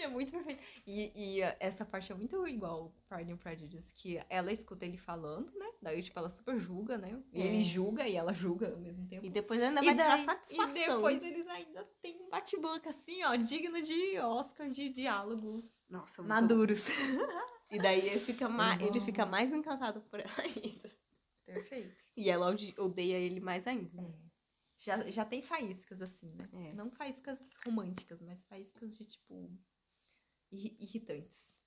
Speaker 1: É muito perfeito. E, e eh, essa parte é muito igual o Pride and Prejudice, que ela escuta ele falando, né? Daí, tipo, ela super julga, né? E
Speaker 2: É.
Speaker 1: ele julga e ela julga ao mesmo tempo.
Speaker 2: E depois ainda
Speaker 1: E
Speaker 2: vai
Speaker 1: daí-
Speaker 2: tirar satisfação.
Speaker 1: E depois eles ainda têm um bate-banca, assim, ó, digno de Oscar de diálogos Então,
Speaker 2: Nossa, é muito
Speaker 1: maduros.
Speaker 2: bom. E daí ele fica, ma-
Speaker 1: Eu
Speaker 2: ele
Speaker 1: amo.
Speaker 2: fica mais encantado por ela ainda.
Speaker 1: Perfeito.
Speaker 2: E ela odi- odeia ele mais ainda.
Speaker 1: É. Já, já tem faíscas, assim, né?
Speaker 2: É.
Speaker 1: Não faíscas românticas, mas faíscas de, tipo, irri- irritantes.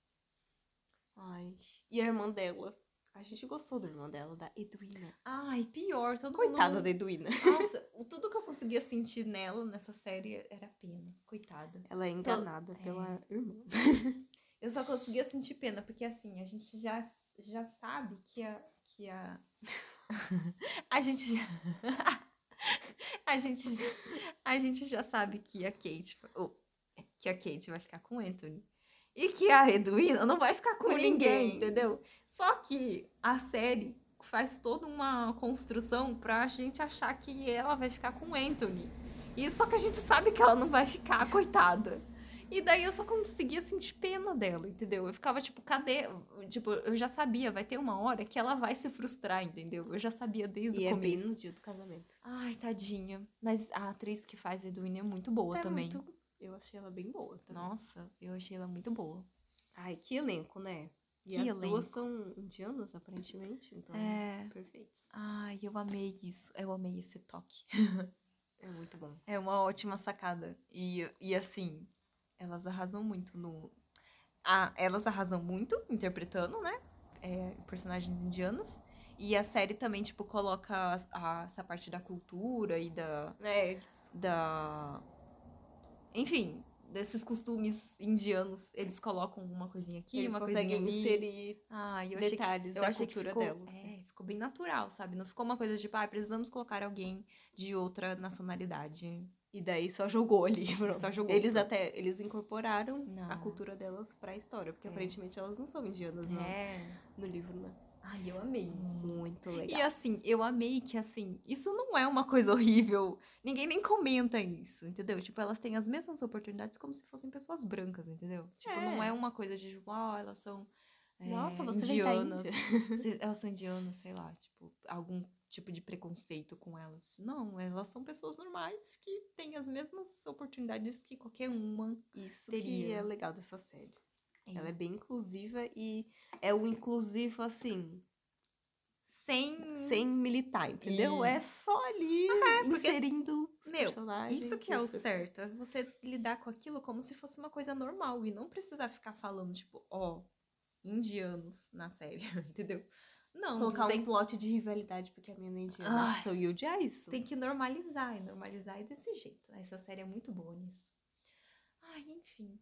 Speaker 2: Ai. E a irmã dela. A gente gostou da irmã dela, da Edwina.
Speaker 1: Ai, pior, todo
Speaker 2: Coitada
Speaker 1: mundo...
Speaker 2: da Edwina.
Speaker 1: Nossa, o- tudo que eu conseguia sentir nela, nessa série, era pena. Coitada.
Speaker 2: Ela é enganada
Speaker 1: Todo-
Speaker 2: pela irmã.
Speaker 1: Eu só conseguia sentir pena, porque assim, a gente já, já sabe que a. Que a... a gente já. a, gente já, a gente já sabe que a Kate. ou, que a Kate vai ficar com o Anthony. E que a Edwina não vai ficar com,
Speaker 2: Com
Speaker 1: ninguém,
Speaker 2: ninguém.
Speaker 1: entendeu? Só que a série faz toda uma construção pra gente achar que ela vai ficar com o Anthony. E só que a gente sabe que ela não vai ficar, coitada. E daí eu só conseguia sentir pena dela, entendeu? Eu ficava tipo, cadê? Tipo, eu já sabia, vai ter uma hora que ela vai se frustrar, entendeu? Eu já sabia desde
Speaker 2: E
Speaker 1: o
Speaker 2: é bem
Speaker 1: começo.
Speaker 2: no dia do casamento.
Speaker 1: Ai, tadinha. Mas a atriz que faz Edwina é muito boa
Speaker 2: É
Speaker 1: também.
Speaker 2: muito- Eu achei ela bem boa também.
Speaker 1: Nossa, eu achei ela muito boa.
Speaker 2: Ai, que elenco, né? E
Speaker 1: Que
Speaker 2: as
Speaker 1: elenco.
Speaker 2: duas são indianas, aparentemente. Então,
Speaker 1: É.
Speaker 2: perfeitos.
Speaker 1: Ai, eu amei isso. Eu amei esse toque.
Speaker 2: É muito bom.
Speaker 1: É uma ótima sacada. E, e assim, elas arrasam muito no. Ah, elas arrasam muito interpretando, né? É, personagens indianas. E a série também, tipo, coloca as- a- essa parte da cultura e da.
Speaker 2: É, eles.
Speaker 1: da... Enfim, desses costumes indianos. Eles colocam uma coisinha aqui,
Speaker 2: eles
Speaker 1: uma
Speaker 2: conseguem
Speaker 1: coisinha ali.
Speaker 2: inserir.
Speaker 1: Ah, eu achei
Speaker 2: detalhes
Speaker 1: que, eu
Speaker 2: da
Speaker 1: achei que
Speaker 2: cultura
Speaker 1: ficou,
Speaker 2: delas,
Speaker 1: É, ficou bem natural, sabe? Não ficou uma coisa tipo, ah, precisamos colocar alguém de outra nacionalidade.
Speaker 2: E daí só jogou ali. pronto.
Speaker 1: Só jogou,
Speaker 2: Eles
Speaker 1: pronto.
Speaker 2: até eles incorporaram a
Speaker 1: Não.
Speaker 2: cultura delas pra história. Porque
Speaker 1: É.
Speaker 2: aparentemente elas não são indianas não,
Speaker 1: É.
Speaker 2: no livro, né?
Speaker 1: Ai, eu amei isso.
Speaker 2: Muito
Speaker 1: E assim, eu amei que assim, isso não é uma coisa horrível. Ninguém nem comenta isso, entendeu? Tipo, elas têm as mesmas oportunidades como se fossem pessoas brancas, entendeu? Tipo, não
Speaker 2: É.
Speaker 1: é uma coisa de tipo, ah, elas são é,
Speaker 2: Nossa, você tá vem da
Speaker 1: indianas. Se- elas são indianas, sei lá, tipo, algum tipo de preconceito com elas. Não, elas são pessoas normais que têm as mesmas oportunidades que qualquer uma.
Speaker 2: Isso que
Speaker 1: Teria.
Speaker 2: é legal dessa série.
Speaker 1: É.
Speaker 2: Ela é bem inclusiva e é o inclusivo, assim,
Speaker 1: Sem.
Speaker 2: sem militar, entendeu? É só ali
Speaker 1: porque-
Speaker 2: inserindo os
Speaker 1: Meu,
Speaker 2: personagens.
Speaker 1: Isso que é
Speaker 2: as
Speaker 1: o
Speaker 2: pessoas.
Speaker 1: certo, é você lidar com aquilo como se fosse uma coisa normal e não precisar ficar falando, tipo, ó, indianos na série, entendeu? Não,
Speaker 2: Colocar
Speaker 1: tem,
Speaker 2: um plot de rivalidade, porque a minha nem tinha.
Speaker 1: Ai.
Speaker 2: Nossa, o Yuji é isso.
Speaker 1: tem que normalizar, e normalizar é desse jeito. Essa série é muito boa nisso. Ai, enfim.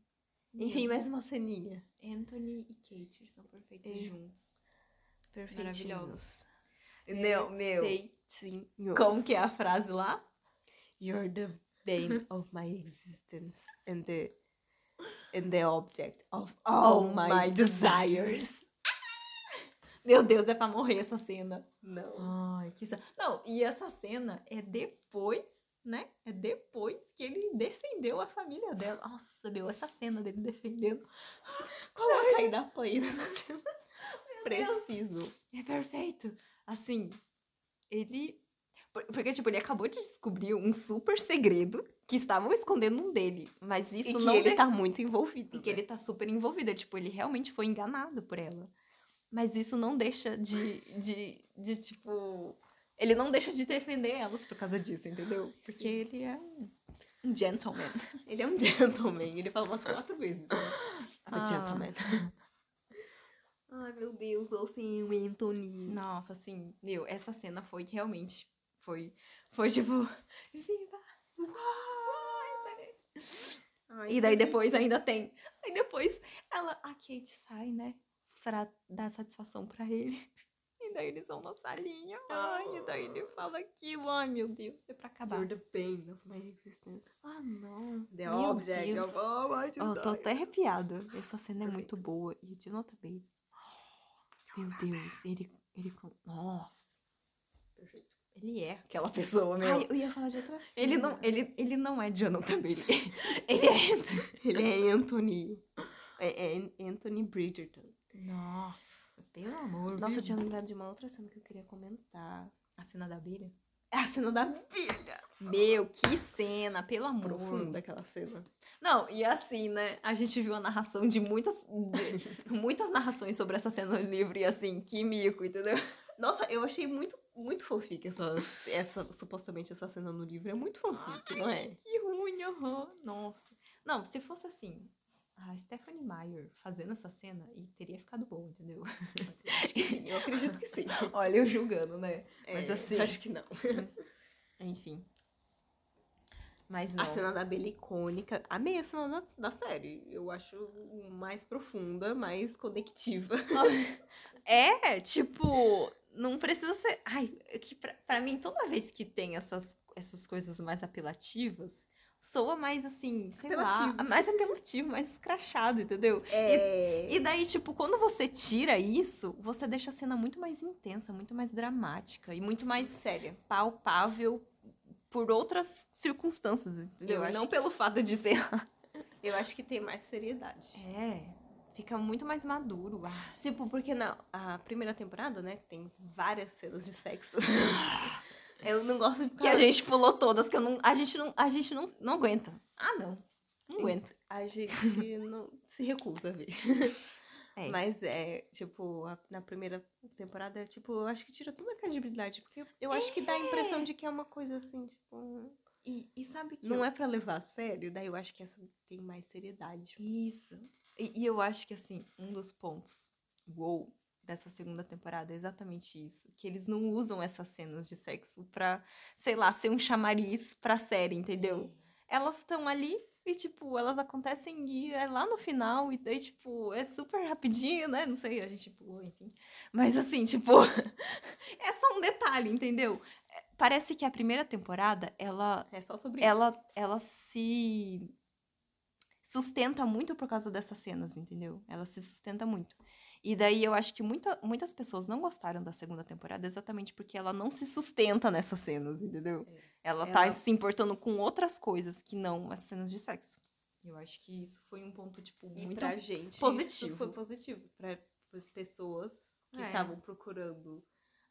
Speaker 2: Enfim, mais uma ceninha.
Speaker 1: Anthony e Kate são perfeitos
Speaker 2: É.
Speaker 1: juntos. É
Speaker 2: Maravilhosos.
Speaker 1: Meu, meu.
Speaker 2: Perfeitinhos. Como que é a frase lá? You're the bane of my existence and the, and the object of all,
Speaker 1: All
Speaker 2: Oh my,
Speaker 1: my
Speaker 2: desires. Meu Deus, é pra morrer essa cena. Não.
Speaker 1: Ai, que sa- Não, e essa cena é depois, né? É depois que ele defendeu a família dela. Nossa, meu, essa cena dele defendendo.
Speaker 2: Coloca aí da play nessa cena. Preciso.
Speaker 1: É perfeito. Assim, ele. por- Porque, tipo, ele acabou de descobrir um super segredo que estavam escondendo um dele. Mas isso
Speaker 2: e que
Speaker 1: não
Speaker 2: ele
Speaker 1: de-
Speaker 2: tá muito envolvido.
Speaker 1: E que
Speaker 2: né?
Speaker 1: ele tá super envolvido. é, Tipo, ele realmente foi enganado por ela. Mas isso não deixa de, de, de tipo. Ele não deixa de defender elas por causa disso, entendeu? Porque
Speaker 2: Sim.
Speaker 1: ele é um, um gentleman.
Speaker 2: Ele é um gentleman. Ele fala umas quatro vezes.
Speaker 1: Ah.
Speaker 2: A gentleman. Ai, meu Deus, assim, o Anthony.
Speaker 1: Nossa, assim, meu, essa cena foi realmente. Foi. Foi tipo. Viva! Uau! E daí depois ainda tem. Aí depois ela, a Kate sai, né? Pra dar satisfação pra ele. E daí eles vão na salinha. Ai, e daí ele fala aquilo. Ai, meu Deus, é pra acabar.
Speaker 2: You're the pain of my existence.
Speaker 1: Ah, não.
Speaker 2: The
Speaker 1: Meu
Speaker 2: object
Speaker 1: Deus.
Speaker 2: of all my
Speaker 1: Ó, tô
Speaker 2: desires.
Speaker 1: até arrepiada. Essa cena é
Speaker 2: Perfeito.
Speaker 1: muito boa. E o Dino também. Meu Deus, ele. ele com- Nossa,
Speaker 2: Perfeito.
Speaker 1: ele é aquela pessoa, meu.
Speaker 2: Ai, eu ia falar de outra cena.
Speaker 1: ele, não, ele, ele não é Jonathan Bailey. Ele é Anthony.
Speaker 2: Ele é Anthony. É, é Anthony Bridgerton.
Speaker 1: Nossa, pelo amor.
Speaker 2: Nossa, eu tinha lembrado de uma outra cena que eu queria comentar.
Speaker 1: A cena da abelha?
Speaker 2: É a cena da bilha.
Speaker 1: Meu, que cena, pelo amor.
Speaker 2: Profunda aquela cena.
Speaker 1: Não, e assim, né? A gente viu a narração de muitas de- muitas narrações sobre essa cena no livro e assim, que mico, entendeu?
Speaker 2: Nossa, eu achei muito, muito fofique essa, essa, supostamente essa cena no livro. É muito fofique, não é?
Speaker 1: Que ruim, aham. Nossa. Não, se fosse assim, a Stephanie Meyer fazendo essa cena e teria ficado bom, entendeu?
Speaker 2: Sim, eu acredito que sim.
Speaker 1: Olha, eu julgando, né?
Speaker 2: Mas assim. Acho que não.
Speaker 1: Enfim. Mas não.
Speaker 2: A cena da abelha icônica. Amei a cena da, da série. Eu acho mais profunda, mais conectiva.
Speaker 1: É, tipo, não precisa ser. Ai, é que pra, pra mim, toda vez que tem essas, essas coisas mais apelativas, soa mais assim, sei lá,
Speaker 2: Apelativo.
Speaker 1: mais apelativo, mais escrachado, entendeu?
Speaker 2: É.
Speaker 1: E daí, tipo, quando você tira isso, você deixa a cena muito mais intensa, muito mais dramática e muito mais
Speaker 2: séria.
Speaker 1: palpável por outras circunstâncias, entendeu?
Speaker 2: Eu acho
Speaker 1: Não
Speaker 2: que-
Speaker 1: pelo fato de ser.
Speaker 2: Eu acho que tem mais seriedade.
Speaker 1: É, fica muito mais maduro. Ah,
Speaker 2: Tipo, porque na a primeira temporada, né, tem várias cenas de sexo. eu não gosto porque
Speaker 1: que a gente pulou todas, que eu não, a gente não, a gente não, não aguenta. Ah, não. Não aguento.
Speaker 2: a gente não se recusa a ver.
Speaker 1: É.
Speaker 2: Mas é, tipo, a- na primeira temporada, tipo, eu acho que tira toda a credibilidade. Porque eu, eu acho que dá a impressão de que é uma coisa assim, tipo.
Speaker 1: E, e sabe que.
Speaker 2: Não
Speaker 1: eu-
Speaker 2: é pra levar a sério, daí eu acho que essa tem mais seriedade.
Speaker 1: Isso. E, e eu acho que, assim, um dos pontos wow dessa segunda temporada é exatamente isso. Que eles não usam essas cenas de sexo pra, sei lá, ser um chamariz pra série, entendeu? Elas estão ali e, tipo, elas acontecem e é lá no final. E daí, tipo, é super rapidinho, né? Não sei, a gente pulou, enfim. Mas, assim, tipo, é só um detalhe, entendeu? É, Parece que a primeira temporada, ela
Speaker 2: É só sobre
Speaker 1: ela, ela se sustenta muito por causa dessas cenas, entendeu? Ela se sustenta muito. E daí eu acho que muita, muitas pessoas não gostaram da segunda temporada exatamente porque ela não se sustenta nessas cenas, entendeu? Ela, tá
Speaker 2: Ela-
Speaker 1: se importando com outras coisas que não as cenas de sexo. Eu acho que isso foi um ponto, tipo,
Speaker 2: E
Speaker 1: muito.
Speaker 2: pra gente,
Speaker 1: positivo.
Speaker 2: isso foi positivo. Pra as pessoas que
Speaker 1: É.
Speaker 2: estavam procurando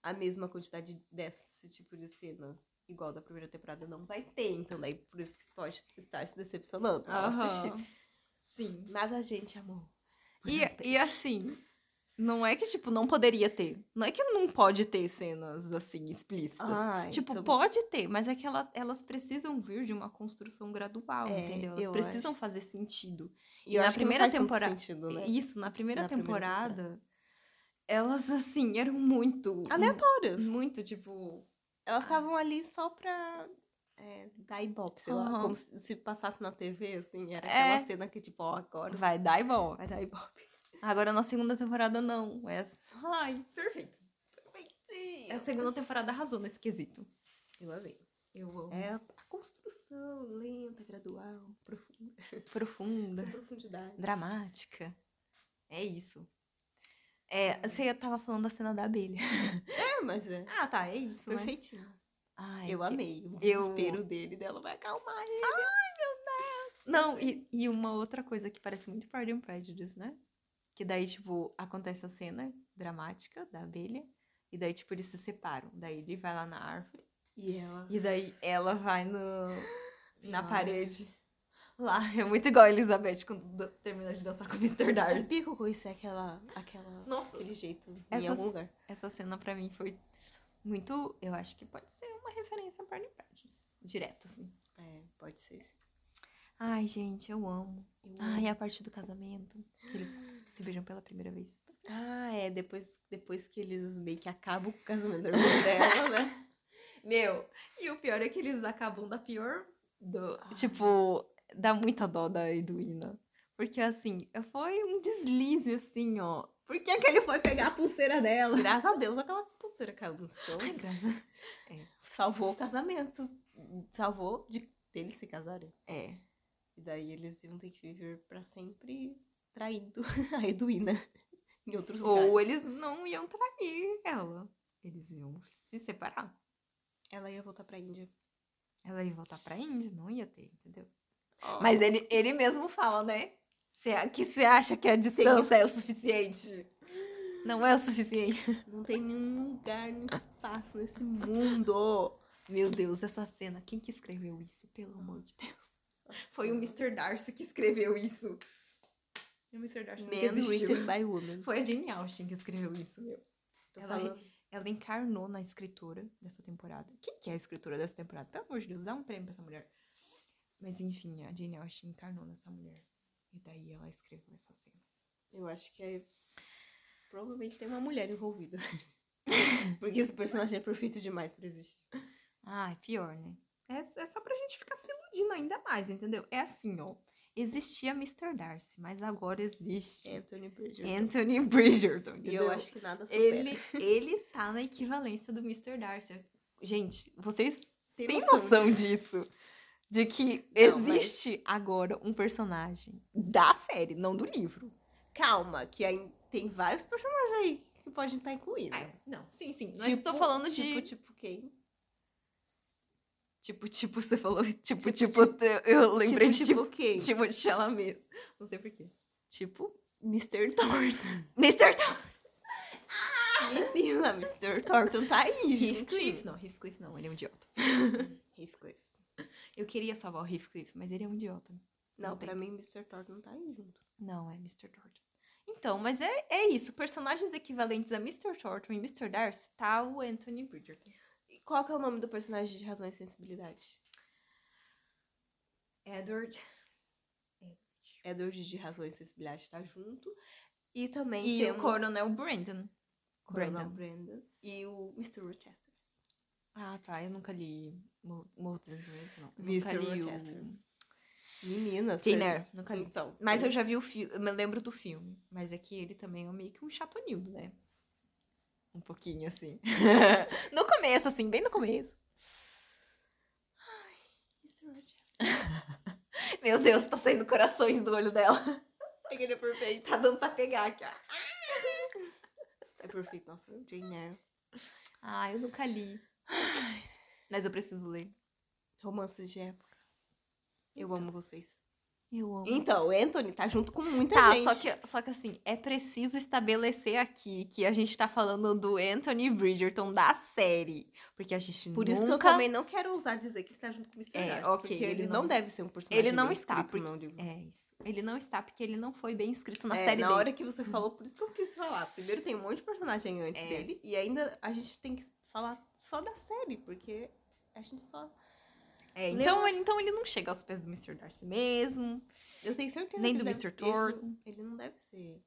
Speaker 2: a mesma quantidade desse tipo de cena. Igual da primeira temporada não vai ter, então daí por isso que pode estar se decepcionando ao
Speaker 1: Aham.
Speaker 2: assistir.
Speaker 1: Sim.
Speaker 2: Mas a gente amou.
Speaker 1: E, e assim, não é que, tipo, não poderia ter. Não é que não pode ter cenas, assim, explícitas.
Speaker 2: Ai,
Speaker 1: tipo,
Speaker 2: também.
Speaker 1: pode ter, mas é que ela- elas precisam vir de uma construção gradual,
Speaker 2: É,
Speaker 1: entendeu? Elas
Speaker 2: eu
Speaker 1: precisam fazer sentido.
Speaker 2: E eu
Speaker 1: na
Speaker 2: acho que não
Speaker 1: primeira
Speaker 2: faz tanto
Speaker 1: temporada-
Speaker 2: sentido, né?
Speaker 1: Isso, é na primeira
Speaker 2: Na primeira
Speaker 1: temporada,
Speaker 2: temporada.
Speaker 1: elas, assim, eram muito...
Speaker 2: Aleatórias.
Speaker 1: Muito, tipo...
Speaker 2: Elas estavam ali só pra é, dar ibope, sei lá.
Speaker 1: Aham.
Speaker 2: Como se, se passasse na TV, assim. Era
Speaker 1: É.
Speaker 2: aquela cena que, tipo, ó, agora
Speaker 1: Vai dar e volta.
Speaker 2: vai dar ibope.
Speaker 1: Agora na segunda temporada, não. É... Ai, perfeito. A
Speaker 2: Perfeito!
Speaker 1: segunda temporada arrasou nesse quesito.
Speaker 2: Eu amei.
Speaker 1: Eu amo.
Speaker 2: É a a construção lenta, gradual, profunda,
Speaker 1: Profunda.
Speaker 2: com profundidade.
Speaker 1: dramática. É isso. É, você tava falando da cena da abelha.
Speaker 2: É, mas é.
Speaker 1: Ah, tá, é isso,
Speaker 2: Perfeitinho.
Speaker 1: Ai,
Speaker 2: Eu
Speaker 1: que-
Speaker 2: amei. O
Speaker 1: Eu-
Speaker 2: desespero dele, dela vai acalmar ele.
Speaker 1: Não, e, e uma outra coisa que parece muito Pride and Prejudice, né? Que daí, tipo, acontece a cena dramática da abelha. E daí, tipo, eles se separam. Daí ele vai lá na árvore.
Speaker 2: E ela.
Speaker 1: E daí ela vai no... Na
Speaker 2: Pior.
Speaker 1: parede. Lá, é muito igual a Elizabeth quando do- termina de dançar com o Mr. Darcy.
Speaker 2: Sabia que eu conheci aquela. aquela
Speaker 1: Nossa.
Speaker 2: aquele jeito em
Speaker 1: Essas-
Speaker 2: algum lugar.
Speaker 1: Essa cena pra mim foi muito. Eu acho que pode ser uma referência a Pride and Prejudice. Direto, assim.
Speaker 2: É, pode ser. sim.
Speaker 1: Ai, gente, eu amo.
Speaker 2: Eu
Speaker 1: Ai, a parte do casamento. Que eles se beijam pela primeira vez.
Speaker 2: Ah, é. Depois, depois que eles meio que acabam com o casamento da irmã dela, né?
Speaker 1: Meu, e o pior é que eles acabam da pior. Do... Tipo, dá muita dó da Eduína. Porque assim, foi um deslize, assim, ó. Por
Speaker 2: é
Speaker 1: que, que ele foi pegar a pulseira dela?
Speaker 2: Graças a Deus aquela pulseira caiu no chão.
Speaker 1: Ai, graça.
Speaker 2: Salvou o casamento. Salvou de deles se casarem.
Speaker 1: É.
Speaker 2: E daí eles iam ter que viver pra sempre traindo a Eduína em outros lugares.
Speaker 1: Ou eles não iam trair ela. Eles iam se separar.
Speaker 2: Ela ia voltar pra Índia.
Speaker 1: Ela ia voltar pra Índia, não ia ter, entendeu? Mas ele, ele mesmo fala, né? Cê, que você acha que a distância é o suficiente? Não é o suficiente.
Speaker 2: não tem nenhum lugar, nenhum espaço nesse mundo.
Speaker 1: Meu Deus, essa cena. Quem que escreveu isso? Pelo amor de Deus. Foi o Mr. Darcy que escreveu isso. O Mr. Darcy nunca
Speaker 2: Man
Speaker 1: existiu.
Speaker 2: written by woman.
Speaker 1: Foi a Jane Austen que escreveu isso, meu.
Speaker 2: Tô
Speaker 1: Ela-
Speaker 2: falando.
Speaker 1: Ela encarnou na escritora dessa temporada. Quem que é a escritora dessa temporada? Pelo amor de Deus, dá um prêmio pra essa mulher. Mas enfim, a Jane Austen encarnou nessa mulher. E daí ela escreveu essa cena.
Speaker 2: Eu acho que é... Provavelmente tem uma mulher envolvida. Porque esse personagem é perfeito demais pra existir.
Speaker 1: Ah, é pior, né? É, é só pra gente ficar se iludindo ainda mais, entendeu? É assim, ó. Existia Mr. Darcy, mas agora existe
Speaker 2: É, Anthony Bridger.
Speaker 1: Anthony Bridgerton.
Speaker 2: E
Speaker 1: entendeu?
Speaker 2: eu acho que nada supera.
Speaker 1: ele, ele tá na equivalência do Mr. Darcy. Gente, vocês
Speaker 2: tem,
Speaker 1: têm
Speaker 2: noção.
Speaker 1: noção disso? De que
Speaker 2: Não, mas-
Speaker 1: existe agora um personagem da série, não do livro.
Speaker 2: Calma, que aí tem vários personagens aí que podem estar incluídos.
Speaker 1: Ah, não, sim, sim. Mas tipo, tô falando
Speaker 2: É. tipo,
Speaker 1: de.
Speaker 2: Tipo, quem?
Speaker 1: Tipo, tipo, você falou. Tipo, tipo,
Speaker 2: tipo,
Speaker 1: eu lembrei de tipo,
Speaker 2: tipo, quem?
Speaker 1: Timothée Chalamet. Não sei porquê. Tipo, Mr. Thornton. Mr. Thornton.
Speaker 2: Menina, Mr. Thornton tá aí,
Speaker 1: Heathcliff. Não, Heathcliff não. Ele é um idiota.
Speaker 2: Heathcliff.
Speaker 1: Eu queria salvar o Heathcliff, mas ele é um idiota.
Speaker 2: Não,
Speaker 1: Não tem.
Speaker 2: pra mim, Mr. Thornton tá aí junto.
Speaker 1: Não, é Mr. Thornton. Então, mas é, é isso. Personagens equivalentes a Mr. Thornton e Mr. Darcy tá o Anthony Bridgerton.
Speaker 2: E qual que é o nome do personagem de Razão e Sensibilidade?
Speaker 1: Edward.
Speaker 2: Edward de Razão e Sensibilidade tá junto. E também
Speaker 1: E
Speaker 2: temos...
Speaker 1: o Coronel Brandon.
Speaker 2: Coronel
Speaker 1: é Brandon.
Speaker 2: Brandon. E o Mr. Rochester.
Speaker 1: Ah, tá. Eu nunca li Mo- Morro dos Anjos, não.
Speaker 2: Mr.
Speaker 1: Nunca li
Speaker 2: Rochester.
Speaker 1: o...
Speaker 2: Menina,
Speaker 1: Jane
Speaker 2: sério.
Speaker 1: Eyre, nunca li. É.
Speaker 2: Então.
Speaker 1: né? Mas eu já vi o filme, eu me lembro do filme. Mas é que ele também é meio que um chatonildo, né? Um pouquinho, assim. no começo, assim, bem no começo.
Speaker 2: Mr. Rochester.
Speaker 1: Meu Deus, tá saindo corações do olho dela.
Speaker 2: Aquele é perfeito.
Speaker 1: Tá dando pra pegar aqui, ó.
Speaker 2: É perfeito, nossa. Jane Eyre.
Speaker 1: Ah, eu nunca li. Mas eu preciso ler.
Speaker 2: Romances de época. Eu
Speaker 1: Então.
Speaker 2: amo vocês.
Speaker 1: Eu amo.
Speaker 2: Então, o Anthony tá junto com muita
Speaker 1: Tá,
Speaker 2: gente.
Speaker 1: só que, só que assim, é preciso estabelecer aqui que a gente tá falando do Anthony Bridgerton da série. Porque a gente
Speaker 2: Por
Speaker 1: nunca...
Speaker 2: isso que eu também não quero usar dizer que ele tá junto com o Mr.
Speaker 1: É,
Speaker 2: Darcy,
Speaker 1: ok,
Speaker 2: porque
Speaker 1: ele
Speaker 2: ele
Speaker 1: não-
Speaker 2: não deve ser um personagem
Speaker 1: ele não
Speaker 2: bem
Speaker 1: está,
Speaker 2: escrito
Speaker 1: porque-
Speaker 2: no livro.
Speaker 1: É isso. Ele não está porque ele não foi bem escrito na
Speaker 2: É,
Speaker 1: série
Speaker 2: na
Speaker 1: dele.
Speaker 2: hora que você falou, por isso que eu quis falar. Primeiro tem um monte de personagem antes
Speaker 1: É.
Speaker 2: dele, e ainda a gente tem que falar só da série, porque a gente só...
Speaker 1: É,
Speaker 2: Leu-
Speaker 1: então, ele, então ele não chega aos pés do Mr. Darcy mesmo.
Speaker 2: Eu tenho certeza
Speaker 1: Nem
Speaker 2: que
Speaker 1: do
Speaker 2: ele deve-
Speaker 1: Mr. Thornton.
Speaker 2: Ele, ele não deve ser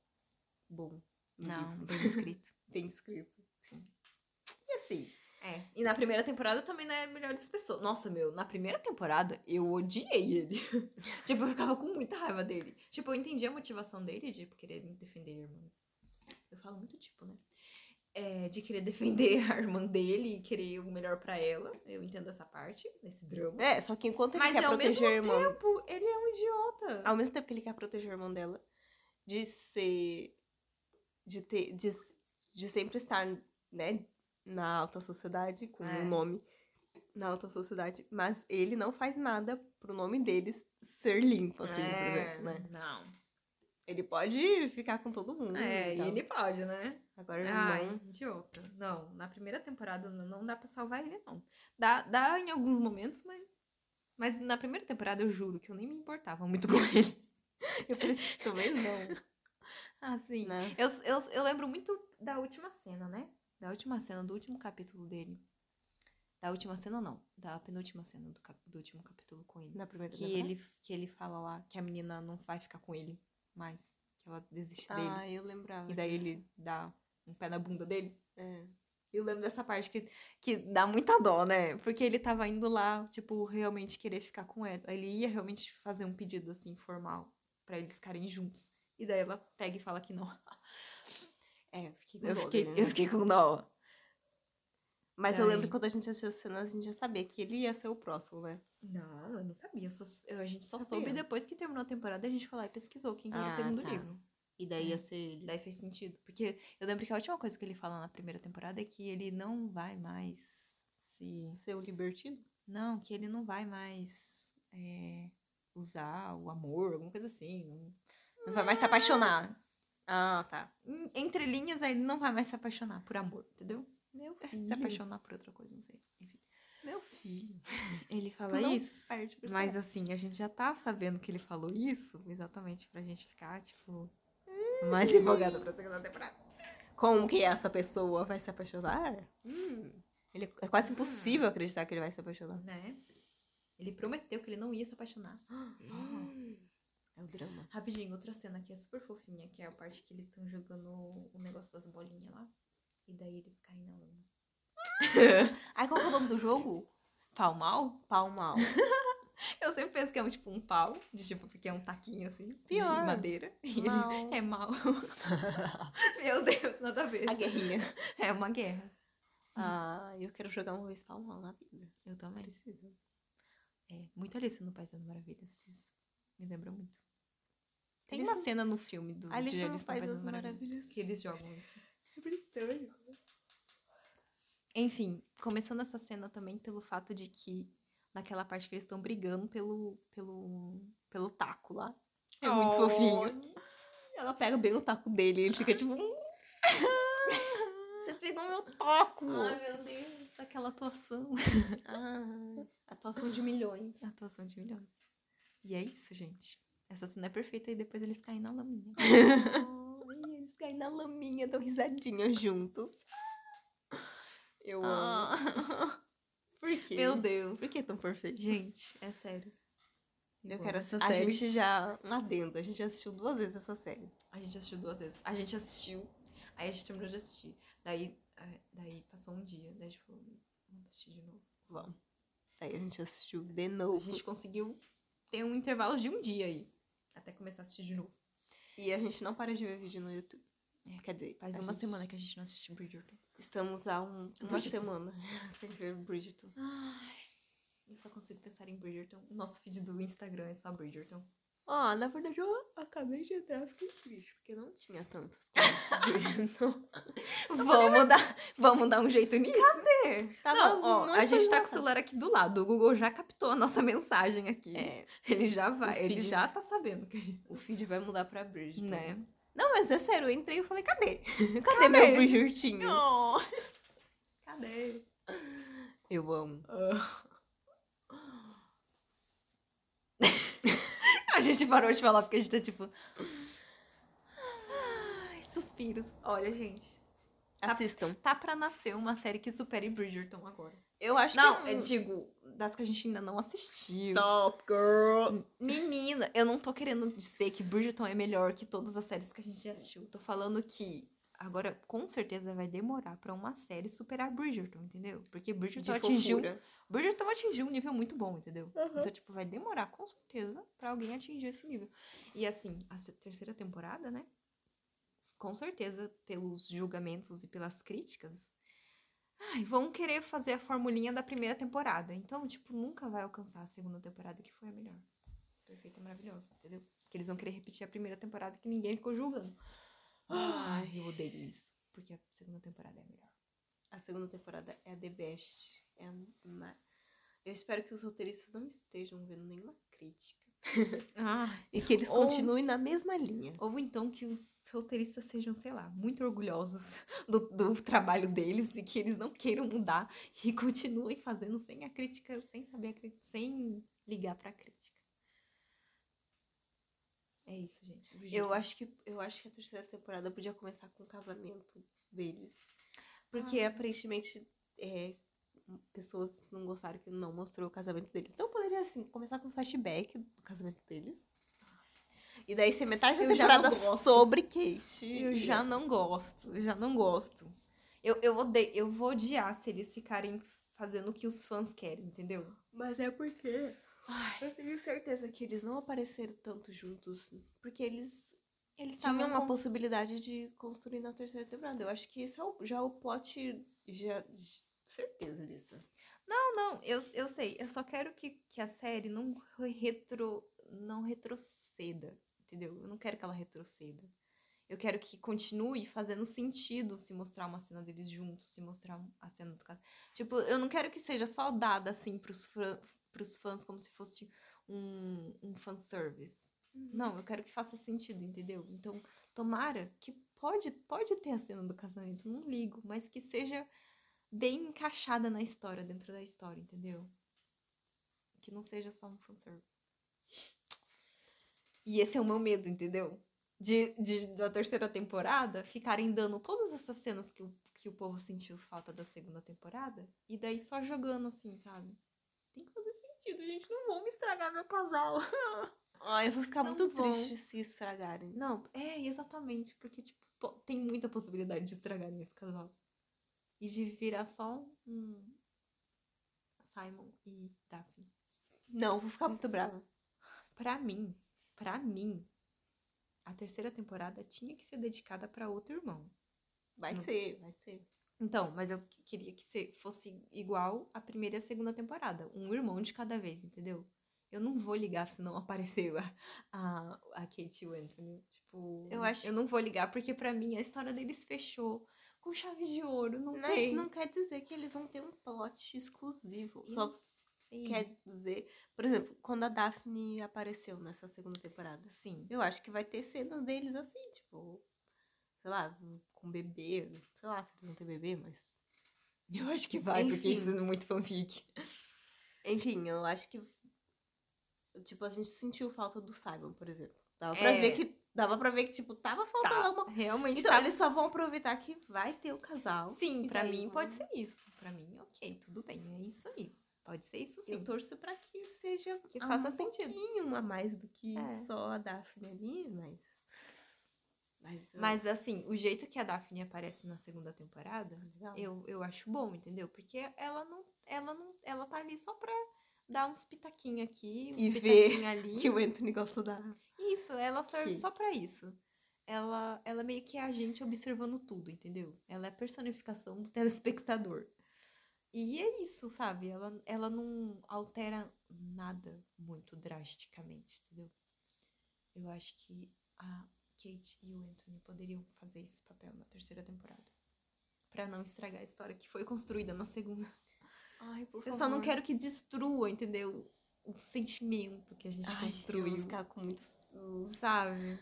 Speaker 2: bom. no
Speaker 1: Não,
Speaker 2: livro,
Speaker 1: bem escrito.
Speaker 2: Bem escrito.
Speaker 1: Sim.
Speaker 2: E assim,
Speaker 1: É. E na primeira temporada também não é a melhor das pessoas. Nossa, meu, na primeira temporada eu odiei ele. tipo, eu ficava com muita raiva dele. Tipo, eu entendi a motivação dele de querer defender a irmã. Eu falo muito tipo, né? É, de querer defender a irmã dele e querer o melhor pra ela. Eu entendo essa parte, nesse drama.
Speaker 2: é, só que enquanto ele
Speaker 1: Mas
Speaker 2: quer
Speaker 1: ao
Speaker 2: proteger o
Speaker 1: mesmo
Speaker 2: irmão...
Speaker 1: tempo, ele é um idiota.
Speaker 2: Ao mesmo tempo que ele quer proteger o irmão dela de ser. de ter. de, s- de sempre estar, né? Na alta sociedade, com o
Speaker 1: É.
Speaker 2: nome na alta sociedade, mas ele não faz nada pro nome deles ser limpo, assim, por exemplo, né?
Speaker 1: é, Não.
Speaker 2: Ele pode ficar com todo mundo.
Speaker 1: É,
Speaker 2: e
Speaker 1: e
Speaker 2: tal.
Speaker 1: ele pode, né?
Speaker 2: Agora, o
Speaker 1: Ai,
Speaker 2: irmão.
Speaker 1: idiota. Não, na primeira temporada n- não dá pra salvar ele, não. Dá, dá em alguns momentos, mas. Mas na primeira temporada eu juro que eu nem me importava muito com ele.
Speaker 2: Eu preciso também não.
Speaker 1: Assim.
Speaker 2: Né?
Speaker 1: Eu, eu, eu lembro muito da última cena, né? Da última cena, do último capítulo dele. Da última cena, não. Da penúltima cena do, cap- do último capítulo com ele.
Speaker 2: Na primeira
Speaker 1: Que ele, que ele fala lá que a menina não vai ficar com ele mais. Que ela desiste dele.
Speaker 2: Ah, eu lembrava.
Speaker 1: E daí
Speaker 2: disso.
Speaker 1: ele dá um pé na bunda dele.
Speaker 2: É.
Speaker 1: Eu lembro dessa parte que, que dá muita dó, né? Porque ele tava indo lá, tipo, realmente querer ficar com ela. Ele ia realmente fazer um pedido, assim, formal, pra eles ficarem juntos. E daí ela pega e fala que não.
Speaker 2: É, fiquei com
Speaker 1: Eu
Speaker 2: dó
Speaker 1: fiquei,
Speaker 2: dele, né?
Speaker 1: eu fiquei com dó.
Speaker 2: Mas eu lembro
Speaker 1: Daí-
Speaker 2: que quando a gente assistiu as cenas, a gente já sabia que ele ia ser o próximo, né?
Speaker 1: Não, eu não sabia. a gente só
Speaker 2: Sabia.
Speaker 1: soube depois que terminou a temporada, a gente foi lá e pesquisou quem que era o
Speaker 2: Ah,
Speaker 1: segundo
Speaker 2: tá.
Speaker 1: livro. É.
Speaker 2: E daí ia ser ele.
Speaker 1: Daí fez sentido. Porque eu lembro que a última coisa que ele fala na primeira temporada é que ele não vai mais se
Speaker 2: Ser o libertino?
Speaker 1: Não, que ele não vai mais é, usar o amor, alguma coisa assim. Não, não vai mais se apaixonar.
Speaker 2: Ah, tá.
Speaker 1: Em- Entre linhas, ele não vai mais se apaixonar por amor, entendeu?
Speaker 2: Meu
Speaker 1: É se apaixonar por outra coisa, não sei. Enfim.
Speaker 2: Meu filho.
Speaker 1: Ele
Speaker 2: Tu
Speaker 1: fala
Speaker 2: não
Speaker 1: isso.
Speaker 2: perde pra
Speaker 1: Mas
Speaker 2: esperar.
Speaker 1: assim, a gente já tá sabendo que ele falou isso exatamente pra gente ficar, tipo,
Speaker 2: Hum.
Speaker 1: mais empolgada pra segunda temporada.
Speaker 2: Como que essa pessoa vai se apaixonar? Ele, é quase impossível acreditar que ele vai se apaixonar.
Speaker 1: Né? Ele prometeu que ele não ia se apaixonar. Ah.
Speaker 2: É o drama.
Speaker 1: Rapidinho, outra cena que é super fofinha, que é a parte que eles estão jogando o negócio das bolinhas lá. E daí eles caem na lama.
Speaker 2: Ai, qual que é o nome do jogo?
Speaker 1: Pau mal?
Speaker 2: Pau mal.
Speaker 1: Eu sempre penso que é um tipo um pau, de tipo, porque é um taquinho assim,
Speaker 2: Pior.
Speaker 1: de madeira. E ele-
Speaker 2: Mal.
Speaker 1: é mal. Meu Deus, nada a ver.
Speaker 2: A guerrinha.
Speaker 1: É uma guerra.
Speaker 2: Ah, eu quero jogar uma vez pau mal na vida.
Speaker 1: Eu também.
Speaker 2: Precisa.
Speaker 1: É, muito Alice no País das Maravilhas. Vocês me lembram muito. Tem
Speaker 2: Alice
Speaker 1: uma
Speaker 2: no-
Speaker 1: cena no filme do
Speaker 2: Alice
Speaker 1: de
Speaker 2: no País das Maravilhas.
Speaker 1: que eles jogam assim. isso.
Speaker 2: É britânico.
Speaker 1: Enfim, começando essa cena também pelo fato de que naquela parte que eles estão brigando pelo, pelo, pelo taco lá. É muito fofinho.
Speaker 2: Ela pega bem o taco dele e ele fica
Speaker 1: "Ah!"
Speaker 2: tipo... Você pegou meu taco.
Speaker 1: meu Deus, aquela atuação.
Speaker 2: Ah, atuação de milhões.
Speaker 1: Atuação de milhões. E é isso, gente. Essa cena é perfeita e depois eles caem na laminha.
Speaker 2: Ai. caem na laminha, dão risadinha juntos. Eu amo. Ah. Por quê?
Speaker 1: Meu Deus.
Speaker 2: Por que tão perfeitos?
Speaker 1: Gente, é sério.
Speaker 2: eu
Speaker 1: Bom,
Speaker 2: quero
Speaker 1: essa
Speaker 2: assistir. A
Speaker 1: série.
Speaker 2: gente já. Um adendo, a gente já assistiu duas vezes essa série.
Speaker 1: A gente assistiu duas vezes. A gente assistiu, aí a gente terminou de assistir. Daí, ah, daí passou um dia, daí a gente falou, vamos assistir de novo.
Speaker 2: Vamos. Aí a gente assistiu de
Speaker 1: A
Speaker 2: novo.
Speaker 1: gente conseguiu ter um intervalo de um dia aí, até começar a assistir de novo.
Speaker 2: E a gente não para de ver vídeo no YouTube. É, Quer dizer,
Speaker 1: Faz
Speaker 2: a
Speaker 1: uma
Speaker 2: gente-
Speaker 1: semana que a gente não assiste Bridgerton.
Speaker 2: Estamos há um- uma
Speaker 1: Bridgerton.
Speaker 2: semana sem ver Bridgerton.
Speaker 1: Ai, eu só consigo pensar em Bridgerton. O Nosso feed do Instagram é só Bridgerton.
Speaker 2: Ó, na verdade eu acabei de entrar e fiquei triste, porque eu não tinha tanto. Bridgerton. vamos, dar, vamos dar um jeito nisso? Cadê? Tá
Speaker 1: não, ó, a gente tá com o celular aqui do lado. O Google já captou a nossa mensagem aqui.
Speaker 2: É.
Speaker 1: Ele já vai,
Speaker 2: O
Speaker 1: ele
Speaker 2: feed-
Speaker 1: já tá sabendo que a gente.
Speaker 2: O feed vai mudar pra Bridgerton.
Speaker 1: Né?
Speaker 2: Não, mas é sério, eu entrei e falei, cadê? Cadê,
Speaker 1: Cadê?
Speaker 2: meu Bridgertinho?
Speaker 1: Não. Cadê?
Speaker 2: Eu amo.
Speaker 1: A gente parou de falar porque a gente tá tipo. Ai, suspiros. Olha, gente.
Speaker 2: Assistam.
Speaker 1: Tá pra nascer uma série que supere Bridgerton agora.
Speaker 2: Eu acho
Speaker 1: Não,
Speaker 2: que é
Speaker 1: eu
Speaker 2: um...
Speaker 1: digo, das que a gente ainda não assistiu.
Speaker 2: Top Girl.
Speaker 1: Menina, eu não tô querendo dizer que Bridgerton é melhor que todas as séries que a gente já assistiu. Tô falando que agora com certeza vai demorar pra uma série superar Bridgerton, entendeu? Porque Bridgerton é atingiu, Bridgerton atingiu um nível muito bom, entendeu? Então tipo vai demorar com certeza pra alguém atingir esse nível. E assim, a se- terceira temporada, né? Com certeza pelos julgamentos e pelas críticas, ai, vão querer fazer a formulinha da primeira temporada. Então, tipo, nunca vai alcançar a segunda temporada que foi a melhor. Perfeita, maravilhosa, entendeu? Porque eles vão querer repetir a primeira temporada que ninguém ficou julgando. Ai, eu odeio isso. Porque a segunda temporada é a melhor.
Speaker 2: A segunda temporada é a The Best. É a ma- Eu espero que os roteiristas não estejam vendo nenhuma crítica.
Speaker 1: Ah.
Speaker 2: E que eles
Speaker 1: Ou-
Speaker 2: continuem na mesma linha.
Speaker 1: Ou então que os roteiristas sejam, sei lá, muito orgulhosos do, do trabalho deles e que eles não queiram mudar e continuem fazendo sem a crítica, sem saber a crítica, sem ligar pra crítica. É isso, gente.
Speaker 2: Eu acho, que, eu acho que a terceira temporada podia começar com o casamento deles. Porque aparentemente é, pessoas não gostaram que não mostrou o casamento deles. Então poderia, assim, começar com um flashback do casamento deles. E daí ser metade da
Speaker 1: Eu já não
Speaker 2: temporada
Speaker 1: gosto.
Speaker 2: sobre Kate.
Speaker 1: Eu já não gosto, eu já não gosto. Eu, eu, odeio, eu vou odiar se eles ficarem fazendo o que os fãs querem, entendeu?
Speaker 2: Mas é porque. eu tenho certeza que eles não apareceram tanto juntos. Porque eles
Speaker 1: Eles
Speaker 2: tinham uma
Speaker 1: cons-
Speaker 2: possibilidade de construir na terceira temporada. Eu acho que esse é o- já é o plot. Já, de- certeza disso.
Speaker 1: Não, não, eu, eu sei. Eu só quero que, que a série não re- retro, não retroceda, entendeu? Eu não quero que ela retroceda. Eu quero que continue fazendo sentido se mostrar uma cena deles juntos, se mostrar um- a cena do caso. Tipo, eu não quero que seja só dada assim pros, fran- pros fãs como se fosse um, um fanservice. Não, eu quero que faça sentido, entendeu? Então, tomara que pode, pode ter a cena do casamento, não ligo, mas que seja bem encaixada na história, dentro da história, entendeu? Que não seja só um fanservice. E esse é o meu medo, entendeu? De, de da terceira temporada ficarem dando todas essas cenas que o, que o povo sentiu falta da segunda temporada e daí só jogando assim, sabe? Tem que fazer sentido, gente. Não vão me estragar meu casal. Tá
Speaker 2: Ai, eu vou ficar
Speaker 1: Não
Speaker 2: muito
Speaker 1: vão.
Speaker 2: triste se estragarem.
Speaker 1: Não, é, exatamente, porque, tipo, po- tem muita possibilidade de estragar nesse casal. E de virar só um Simon e Daphne.
Speaker 2: Não, eu vou ficar muito brava.
Speaker 1: Pra mim, pra mim, a terceira temporada tinha que ser dedicada pra outro irmão.
Speaker 2: Vai
Speaker 1: Não.
Speaker 2: ser, vai ser.
Speaker 1: Então, mas eu que- queria que se- fosse igual a primeira e a segunda temporada. Um irmão de cada vez, entendeu? Eu não vou ligar se não apareceu a, a, a Kate e o Anthony. Tipo,
Speaker 2: Eu acho-
Speaker 1: eu não vou ligar, porque pra mim a história deles fechou com chave de ouro. Não
Speaker 2: Mas
Speaker 1: tem.
Speaker 2: não quer dizer que eles vão ter um plot exclusivo.
Speaker 1: Eu
Speaker 2: Só
Speaker 1: Sim.
Speaker 2: quer dizer. Por exemplo, quando a Daphne apareceu nessa segunda temporada.
Speaker 1: Sim.
Speaker 2: Eu acho que vai ter cenas deles assim, tipo, sei lá, com bebê. Sei lá se eles vão ter bebê, mas.
Speaker 1: Eu acho que vai, porque
Speaker 2: Enfim.
Speaker 1: isso é muito fanfic.
Speaker 2: Enfim, eu acho que. Tipo, a gente sentiu falta do Simon, por exemplo. Dava pra
Speaker 1: É.
Speaker 2: ver que Dava pra ver que, tipo, tava faltando
Speaker 1: Tá,
Speaker 2: alguma coisa.
Speaker 1: Realmente
Speaker 2: Então,
Speaker 1: tá.
Speaker 2: eles só vão aproveitar que vai ter o casal.
Speaker 1: Sim,
Speaker 2: E
Speaker 1: pra
Speaker 2: daí é.
Speaker 1: mim
Speaker 2: vão-
Speaker 1: pode ser isso. Pra mim, ok, tudo bem, é isso aí. Pode ser isso sim.
Speaker 2: Eu torço pra que seja
Speaker 1: Que
Speaker 2: ah,
Speaker 1: faça
Speaker 2: um
Speaker 1: sentido.
Speaker 2: pouquinho a mais do que
Speaker 1: É.
Speaker 2: só a Daphne ali, mas... Mas, eu-
Speaker 1: Mas assim, o jeito que a Daphne aparece na segunda temporada,
Speaker 2: é Legal.
Speaker 1: eu, eu acho bom, entendeu? Porque ela não, ela não, ela tá ali só pra dar uns pitaquinhos aqui, uns
Speaker 2: E ver
Speaker 1: pitaquinhos ali.
Speaker 2: que o Anthony gosta da...
Speaker 1: Isso, ela serve
Speaker 2: Que-
Speaker 1: só pra isso. Ela, ela meio que é a gente observando tudo, entendeu? Ela é a personificação do telespectador. E é isso, sabe? Ela, ela não altera nada muito drasticamente, entendeu? Eu acho que a Kate e o Anthony poderiam fazer esse papel na terceira temporada. Pra não estragar a história que foi construída na segunda.
Speaker 2: Ai, por
Speaker 1: Eu só não quero que destrua, entendeu? O sentimento que a gente
Speaker 2: Ai, eu vou
Speaker 1: construiu.
Speaker 2: ficar com muito...
Speaker 1: Sabe?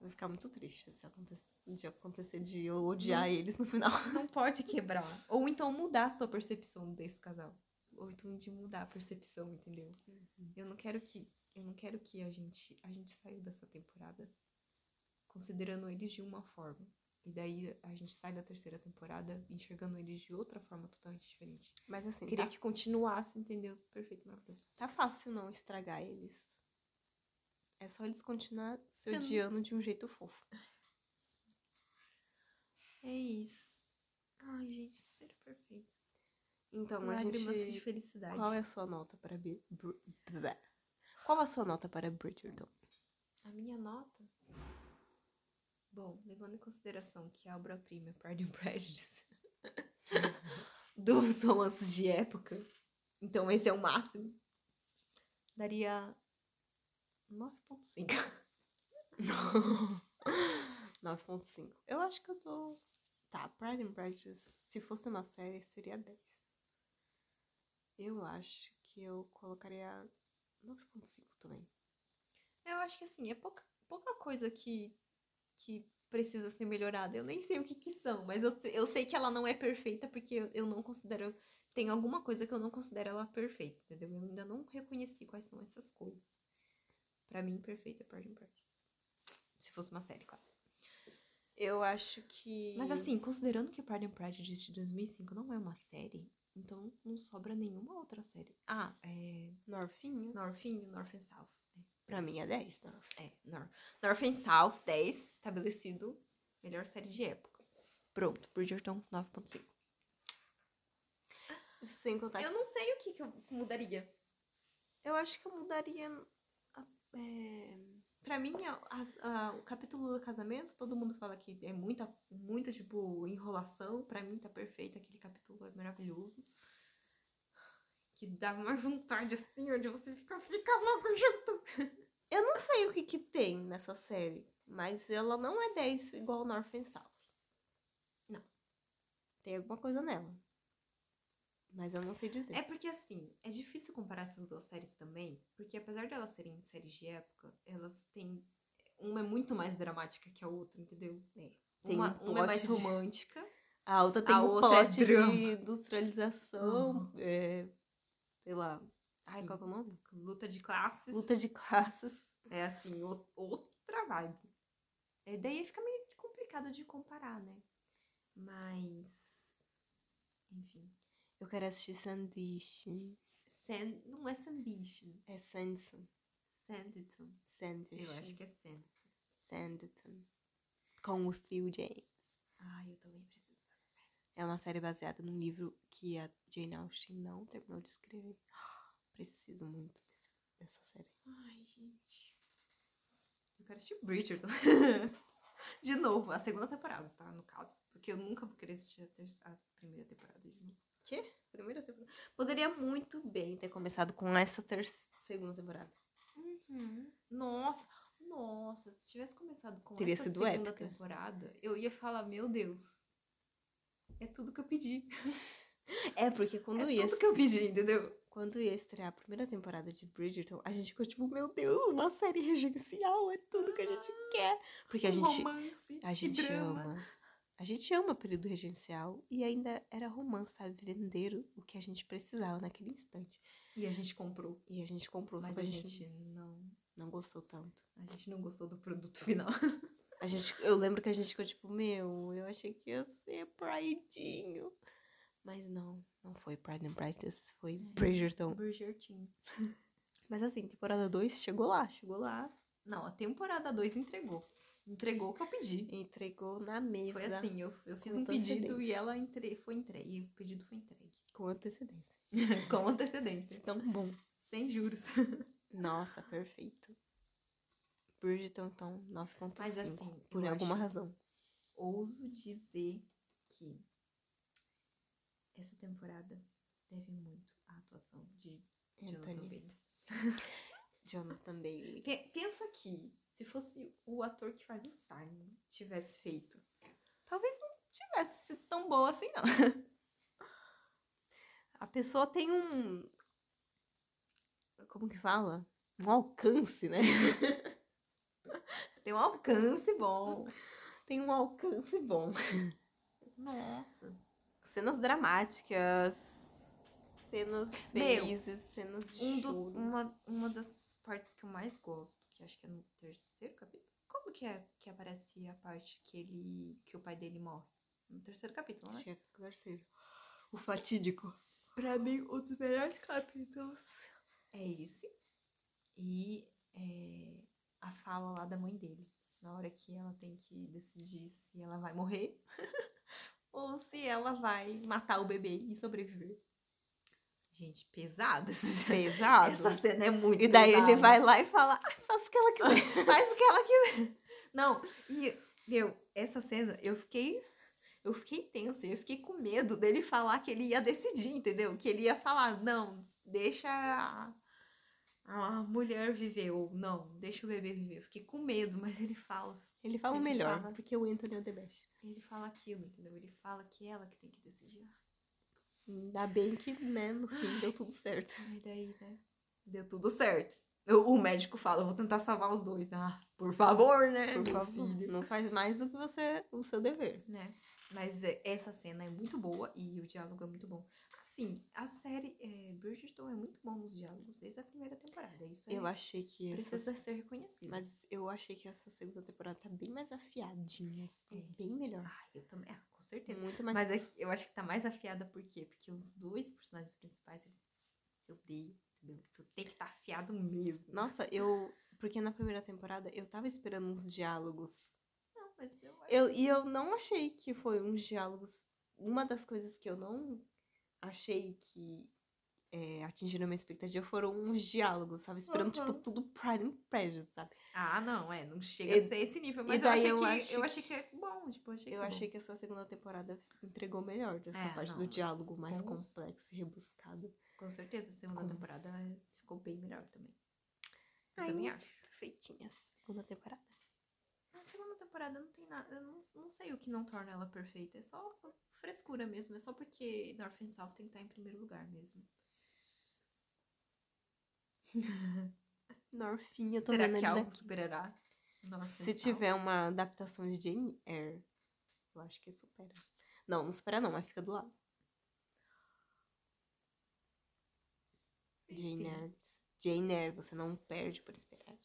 Speaker 2: Vou ficar muito triste se acontecer de, acontecer de eu odiar eles no final.
Speaker 1: Não pode quebrar. Ou então mudar a sua percepção desse casal. Ou então de mudar a percepção, entendeu?
Speaker 2: Uhum.
Speaker 1: Eu não quero que. Eu não quero que a gente. A gente saiu dessa temporada considerando eles de uma forma. E daí a gente sai da terceira temporada enxergando eles de outra forma totalmente diferente.
Speaker 2: Mas assim,
Speaker 1: Eu queria
Speaker 2: tá,
Speaker 1: que continuasse, entendeu? Perfeito, maravilhoso.
Speaker 2: tá fácil não estragar eles. É só eles continuar se
Speaker 1: Você não-
Speaker 2: odiando de um jeito fofo.
Speaker 1: É isso. Ai, gente, ser perfeito.
Speaker 2: Então,
Speaker 1: Lágrimas
Speaker 2: a gente...
Speaker 1: de felicidade.
Speaker 2: Qual é a sua nota para... Bi- Bru- Blá. Qual a sua nota para Bridgerton?
Speaker 1: A minha nota? Bom, levando em consideração que a obra-prima é Pride and Prejudice dos romances de época, então esse é o máximo, daria 9.5.
Speaker 2: 9.5. Eu acho que eu tô... Tá, Pride and Prejudice, se fosse uma série, seria 10. Eu acho que eu colocaria 9.5 também.
Speaker 1: Eu acho que assim, é pouca, pouca coisa que, que precisa ser melhorada. Eu nem sei o que que são, mas eu, se- eu sei que ela não é perfeita porque eu, eu não considero. Tem alguma coisa que eu não considero ela perfeita, entendeu? Eu ainda não reconheci quais são essas coisas. Pra mim, perfeita é Pride and Prejudice. Se fosse uma série, claro.
Speaker 2: Eu acho que...
Speaker 1: Mas assim, considerando que Pride and Prejudice de 2005 não é uma série, então não sobra nenhuma outra série. Ah, é.
Speaker 2: Norfinho.
Speaker 1: North In, North and South. né?
Speaker 2: Pra mim é 10, tá?
Speaker 1: É, Nor North and South, 10, estabelecido. Melhor série de época. Pronto, Bridgerton, 9.5.
Speaker 2: Sem contar
Speaker 1: Eu
Speaker 2: que...
Speaker 1: não sei o que, que eu mudaria.
Speaker 2: Eu acho que eu mudaria... a- é,
Speaker 1: Pra mim, a- a- a- o capítulo do casamento, todo mundo fala que é muita, muita, tipo, enrolação. Pra mim tá perfeito, aquele capítulo é maravilhoso. Que dá uma vontade, assim, onde você fica, fica logo junto.
Speaker 2: Eu não sei o que que tem nessa série, mas ela não é 10 igual North and South. Não. Tem alguma coisa nela. Mas eu não sei dizer.
Speaker 1: É porque, assim, é difícil comparar essas duas séries também, porque apesar de elas serem séries de época, elas têm. Uma é muito mais dramática que a outra, entendeu?
Speaker 2: Tem
Speaker 1: uma,
Speaker 2: um
Speaker 1: uma é mais
Speaker 2: plot de-
Speaker 1: romântica.
Speaker 2: A outra tem
Speaker 1: A
Speaker 2: o
Speaker 1: outra é
Speaker 2: plot
Speaker 1: drama.
Speaker 2: de industrialização, é, sei lá. Ai,
Speaker 1: Sim.
Speaker 2: qual que é o nome?
Speaker 1: Luta de classes.
Speaker 2: Luta de classes.
Speaker 1: É assim, o- outra vibe. É, daí fica meio complicado de comparar, né? Mas. Enfim.
Speaker 2: Eu quero assistir Sandish.
Speaker 1: Sand, não é Sandition.
Speaker 2: É Sanderson.
Speaker 1: Sanditon.
Speaker 2: Sandish.
Speaker 1: Eu acho que é Sanditon.
Speaker 2: Sanditon. Com o Phil James.
Speaker 1: Ai, eu também preciso dessa série.
Speaker 2: É uma série baseada num livro que a Jane Austen não terminou de escrever. Preciso muito desse- dessa série.
Speaker 1: Ai, gente. Eu quero assistir Bridgerton. de novo, a segunda temporada, tá? No caso. Porque eu nunca vou querer assistir a, ter- a primeira temporada de novo.
Speaker 2: Quê? Primeira temporada? Poderia muito bem ter começado com essa ter segunda temporada. Hum.
Speaker 1: Nossa, nossa, se tivesse começado com
Speaker 2: Teria
Speaker 1: essa
Speaker 2: sido
Speaker 1: segunda
Speaker 2: épica.
Speaker 1: temporada, eu ia falar, meu Deus, é tudo que eu pedi.
Speaker 2: É, porque quando,
Speaker 1: é
Speaker 2: ia,
Speaker 1: tudo que eu pedi, entendeu?
Speaker 2: quando ia estrear a primeira temporada de Bridgerton, a gente ficou tipo, meu Deus, uma série regencial, é tudo que a gente quer. Porque a
Speaker 1: Um
Speaker 2: gente,
Speaker 1: romance,
Speaker 2: a
Speaker 1: e
Speaker 2: gente
Speaker 1: drama.
Speaker 2: ama. A gente ama período regencial e ainda era romance, sabe? Vender o- o que a gente precisava naquele instante.
Speaker 1: E a gente comprou,
Speaker 2: E a gente comprou, só
Speaker 1: mas
Speaker 2: que
Speaker 1: a
Speaker 2: a gente
Speaker 1: gente não,
Speaker 2: Não gostou tanto.
Speaker 1: A gente não gostou do produto final.
Speaker 2: A gente, eu lembro que a gente ficou tipo, meu, eu achei que ia ser Pridezinho. Mas não, não foi Pride and Prejudice, foi Bridgerton.
Speaker 1: Bridgerton.
Speaker 2: É. Mas assim, temporada 2 chegou lá, chegou lá.
Speaker 1: Não, a temporada 2 entregou. Entregou o que eu pedi.
Speaker 2: Entregou na mesa.
Speaker 1: Foi assim, eu, eu fiz
Speaker 2: Com
Speaker 1: um pedido e
Speaker 2: antecedência.
Speaker 1: ela entre, foi entregue. E o pedido foi entregue.
Speaker 2: Com antecedência.
Speaker 1: Com antecedência.
Speaker 2: Tão bom.
Speaker 1: Sem juros.
Speaker 2: Nossa, perfeito. Bridgerton, então, 9.5.
Speaker 1: Mas assim,
Speaker 2: por
Speaker 1: eu
Speaker 2: alguma
Speaker 1: acho-
Speaker 2: razão.
Speaker 1: Ouso dizer que essa temporada deve muito à atuação de Jonathan
Speaker 2: Anthony.
Speaker 1: Bailey.
Speaker 2: Jonathan Bailey.
Speaker 1: Pe- Pensa que se fosse o ator que faz o Simon tivesse feito, talvez não tivesse sido tão boa assim, não.
Speaker 2: A pessoa tem um. Como que fala? Um alcance, né?
Speaker 1: Tem um alcance bom.
Speaker 2: Tem um alcance bom.
Speaker 1: Nossa.
Speaker 2: Cenas dramáticas, cenas
Speaker 1: Meu,
Speaker 2: felizes, cenas de
Speaker 1: Um dos,
Speaker 2: choro.
Speaker 1: uma, uma das partes que eu mais gosto, que acho que é no terceiro capítulo. Como que é que aparece a parte que ele. que o pai dele morre? No terceiro capítulo, né?
Speaker 2: Acho que é o terceiro. O fatídico. Pra mim, um dos melhores capítulos.
Speaker 1: É esse. E é, a fala lá da mãe dele. Na hora que ela tem que decidir se ela vai morrer ou se ela vai matar o bebê e sobreviver. Gente, pesado. esse-
Speaker 2: Pesado.
Speaker 1: Essa cena é muito
Speaker 2: E daí ele
Speaker 1: pesada.
Speaker 2: vai lá e fala, "Ai, faz o que ela quiser.
Speaker 1: faz o que ela quiser. Não, e, meu, essa cena, eu fiquei. Eu fiquei tensa, eu fiquei com medo dele falar que ele ia decidir, entendeu? Que ele ia falar, não, deixa a, a mulher viver, ou não, deixa o bebê viver. Eu fiquei com medo, mas ele fala.
Speaker 2: Ele fala o
Speaker 1: Ele
Speaker 2: melhor,
Speaker 1: fala.
Speaker 2: porque o Anthony é o The Best.
Speaker 1: Ele fala aquilo, entendeu? Ele fala que é ela que tem que decidir.
Speaker 2: Ainda bem que, né, no fim deu tudo certo.
Speaker 1: E daí, né? Deu tudo certo. O, o médico fala, eu vou tentar salvar os dois. Ah, por favor, né?
Speaker 2: Por
Speaker 1: meu
Speaker 2: favor,
Speaker 1: filho?
Speaker 2: não faz mais do que você, o seu dever.
Speaker 1: né? Mas é, essa cena é muito boa e o diálogo é muito bom. Assim, a série é, Bridgerton é muito bom nos diálogos desde a primeira temporada. Isso
Speaker 2: Eu
Speaker 1: é,
Speaker 2: achei que essa...
Speaker 1: precisa ser reconhecido.
Speaker 2: Mas eu achei que essa segunda temporada tá bem mais afiadinha, assim,
Speaker 1: É.
Speaker 2: bem melhor.
Speaker 1: Ah, eu também, ah, com certeza.
Speaker 2: Muito
Speaker 1: Mas,
Speaker 2: mais...
Speaker 1: é que eu acho que tá mais afiada por quê? Porque os dois personagens principais, eles se odeiam, entendeu? Tu tem que estar tá afiado mesmo.
Speaker 2: Nossa, eu... Porque na primeira temporada eu tava esperando uns diálogos
Speaker 1: Não, mas eu acho...
Speaker 2: Eu, e eu não achei que foi uns diálogos. Uma das coisas que eu não achei que é, atingiram a minha expectativa foram uns diálogos. Tava esperando, tipo,
Speaker 1: Aham.
Speaker 2: tudo Pride and Prejudice, sabe?
Speaker 1: Ah, não, é, não chega
Speaker 2: E-
Speaker 1: a ser esse nível.
Speaker 2: e
Speaker 1: Mas eu
Speaker 2: daí
Speaker 1: achei,
Speaker 2: eu
Speaker 1: que,
Speaker 2: acho
Speaker 1: eu achei que é bom, tipo, eu achei
Speaker 2: Eu
Speaker 1: que é bom.
Speaker 2: achei que essa segunda temporada entregou melhor dessa
Speaker 1: É,
Speaker 2: parte
Speaker 1: não,
Speaker 2: do
Speaker 1: mas
Speaker 2: diálogo mais
Speaker 1: com
Speaker 2: complexo e rebuscado.
Speaker 1: Com certeza, a segunda
Speaker 2: Com-
Speaker 1: temporada ficou bem melhor também. Eu
Speaker 2: Ai,
Speaker 1: também acho.
Speaker 2: Perfeitinha essa segunda temporada.
Speaker 1: Na segunda temporada não tem nada. Eu não, não sei o que não torna ela perfeita. É só frescura mesmo. É só porque North and South tem que estar em primeiro lugar mesmo.
Speaker 2: Norfinha também.
Speaker 1: Será que é
Speaker 2: né,
Speaker 1: algo
Speaker 2: daqui.
Speaker 1: superará? North and
Speaker 2: Se
Speaker 1: South?
Speaker 2: tiver uma adaptação de Jane Eyre, eu acho que supera. Não, não supera não, mas fica do lado. Jane
Speaker 1: Enfim.
Speaker 2: Eyre. Jane Eyre, você não perde por esperar.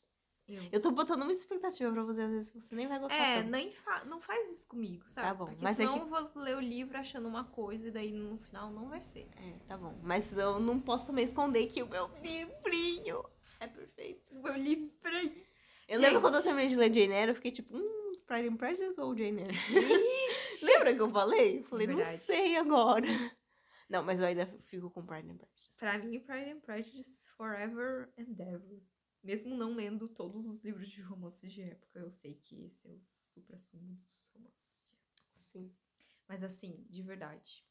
Speaker 1: Eu-
Speaker 2: Eu tô botando uma expectativa pra você, às vezes você nem vai gostar.
Speaker 1: É,
Speaker 2: tanto.
Speaker 1: nem fa- não faz isso comigo, sabe?
Speaker 2: Tá bom,
Speaker 1: Porque
Speaker 2: mas é
Speaker 1: senão
Speaker 2: que-
Speaker 1: eu vou ler o livro achando uma coisa e daí no final não vai ser. É
Speaker 2: É, tá bom. Mas eu não posso também esconder que o meu livrinho é perfeito.
Speaker 1: Meu livrinho.
Speaker 2: Eu lembro
Speaker 1: Gente.
Speaker 2: quando eu terminei de ler Jane Eyre, eu fiquei tipo, hum, Pride and Prejudice ou Jane Eyre? Lembra que eu falei? Eu falei, não
Speaker 1: Verdade.
Speaker 2: sei agora. Não, mas eu ainda fico com Pride and Prejudice.
Speaker 1: Pra mim, Pride and Prejudice Forever and Ever. Mesmo não lendo todos os livros de romances de época, eu sei que esse é o supra-sumo dos romances de
Speaker 2: Sim.
Speaker 1: Mas assim, de verdade.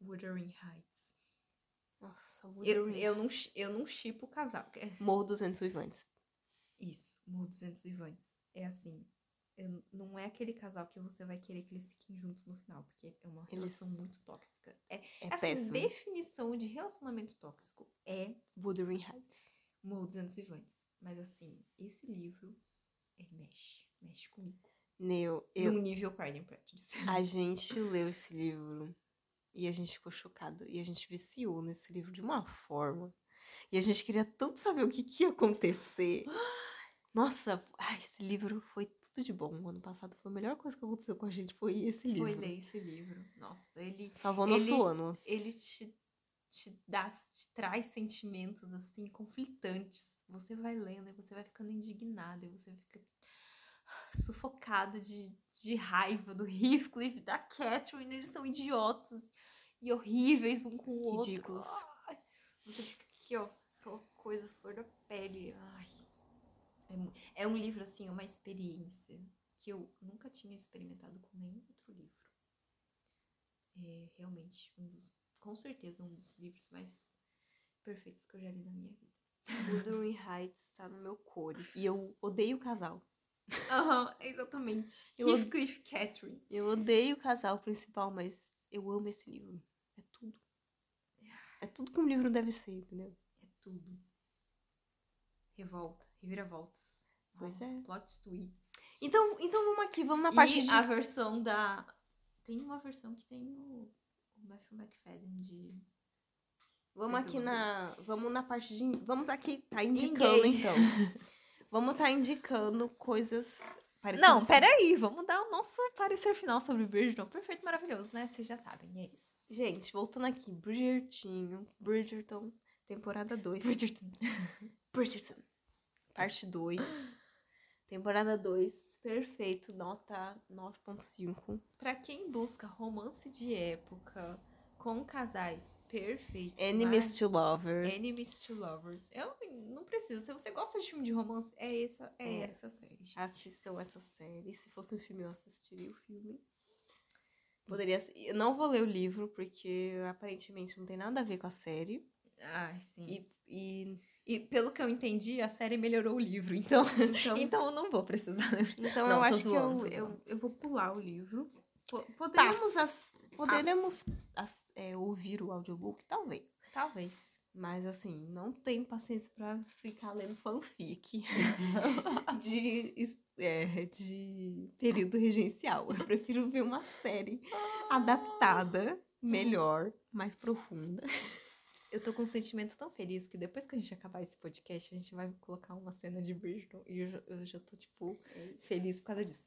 Speaker 1: Wuthering Heights.
Speaker 2: Nossa,
Speaker 1: Eu,
Speaker 2: Wuthering.
Speaker 1: eu não, chi- eu não chipo o casal. que é-
Speaker 2: Morro dos Ventos Uivantes.
Speaker 1: Isso, Morro dos Ventos Vivantes. É assim. eu- não é aquele casal que você vai querer que eles fiquem juntos no final, porque é uma
Speaker 2: Eles-
Speaker 1: relação muito tóxica. É,
Speaker 2: É
Speaker 1: essa
Speaker 2: péssimo.
Speaker 1: definição de relacionamento tóxico é
Speaker 2: Wuthering Heights.
Speaker 1: Morro dos Ventos Vivantes. Mas assim, esse livro, ele mexe. Mexe comigo.
Speaker 2: Neo, eu,
Speaker 1: Num nível Pride and Prejudice.
Speaker 2: a gente leu esse livro e a gente ficou chocado. E a gente viciou nesse livro de uma forma. E a gente queria tanto saber o que, que ia acontecer. Nossa, ai, esse livro foi tudo de bom. O ano passado foi a melhor coisa que aconteceu com a gente, foi esse livro.
Speaker 1: Foi ler esse livro. Nossa, ele,
Speaker 2: Salvou
Speaker 1: Ele-
Speaker 2: nosso ano.
Speaker 1: ele te, te dá, te traz sentimentos assim conflitantes. Você vai lendo e você vai ficando indignado e você fica sufocado de, de raiva do Heathcliff, da Catherine. Eles são idiotas e horríveis um com o outro.
Speaker 2: Ridículos.
Speaker 1: Ai, você fica aqui, ó, aquela coisa flor da pele. Ai. É, mu- é um livro, assim, uma experiência que eu nunca tinha experimentado com nenhum outro livro. É realmente um dos, com certeza, um dos livros mais perfeitos que eu já li na minha vida.
Speaker 2: Wuthering Heights tá no meu core. E eu odeio o casal.
Speaker 1: Aham, exatamente.
Speaker 2: Eu ad-
Speaker 1: Heathcliff Catherine.
Speaker 2: Eu odeio o casal principal, mas eu amo esse livro. É tudo. É tudo que um livro deve ser, entendeu?
Speaker 1: É tudo. Revolta, reviravoltas.
Speaker 2: Pois
Speaker 1: Nossa,
Speaker 2: é.
Speaker 1: plot twists.
Speaker 2: Então, então vamos aqui, vamos na
Speaker 1: E
Speaker 2: parte de...
Speaker 1: a versão da... Tem uma versão que tem o, o Matthew McFadden de...
Speaker 2: Vamos
Speaker 1: Esqueci
Speaker 2: aqui
Speaker 1: o nome
Speaker 2: na. Vamos na parte de. Vamos aqui, tá indicando
Speaker 1: Ninguém.
Speaker 2: então. Vamos tá indicando coisas parecidas.
Speaker 1: Não, peraí, vamos dar o nosso parecer final sobre Bridgerton. Perfeito, maravilhoso, né? Vocês já sabem, é isso.
Speaker 2: Gente, voltando aqui. Bridgertinho, Bridgerton, temporada 2.
Speaker 1: Bridgerton.
Speaker 2: Bridgerton, parte 2. temporada 2. Perfeito, nota 9.5.
Speaker 1: Pra quem busca romance de época com casais perfeitos.
Speaker 2: Enemies to
Speaker 1: mar-
Speaker 2: Lovers.
Speaker 1: Enemies to Lovers. Eu não preciso. Se você gosta de filme de romance, é essa, é
Speaker 2: É.
Speaker 1: essa série. gente.
Speaker 2: Assistam essa série. Se fosse um filme, eu assistiria o filme. Poderia. Eu não vou ler o livro, porque aparentemente não tem nada a ver com a série. Ah,
Speaker 1: Ai, sim. E,
Speaker 2: E, e
Speaker 1: e pelo que eu entendi, a série melhorou o livro, então.
Speaker 2: então,
Speaker 1: Então eu não vou precisar.
Speaker 2: então
Speaker 1: Não,
Speaker 2: eu
Speaker 1: tô
Speaker 2: acho
Speaker 1: zoando,
Speaker 2: que
Speaker 1: tô
Speaker 2: eu, eu,
Speaker 1: zoando.
Speaker 2: eu vou pular o livro. Po- Poderemos, as- poderemos as- é, ouvir o audiobook, talvez.
Speaker 1: Talvez.
Speaker 2: Mas assim, não tenho paciência pra ficar lendo fanfic de, es- é, de período regencial. Eu prefiro ver uma série
Speaker 1: Ah.
Speaker 2: adaptada, melhor, mais profunda.
Speaker 1: Eu tô com um sentimento tão feliz que depois que a gente acabar esse podcast, a gente vai colocar uma cena de Bridgerton e eu já, eu já tô, tipo, feliz por causa disso.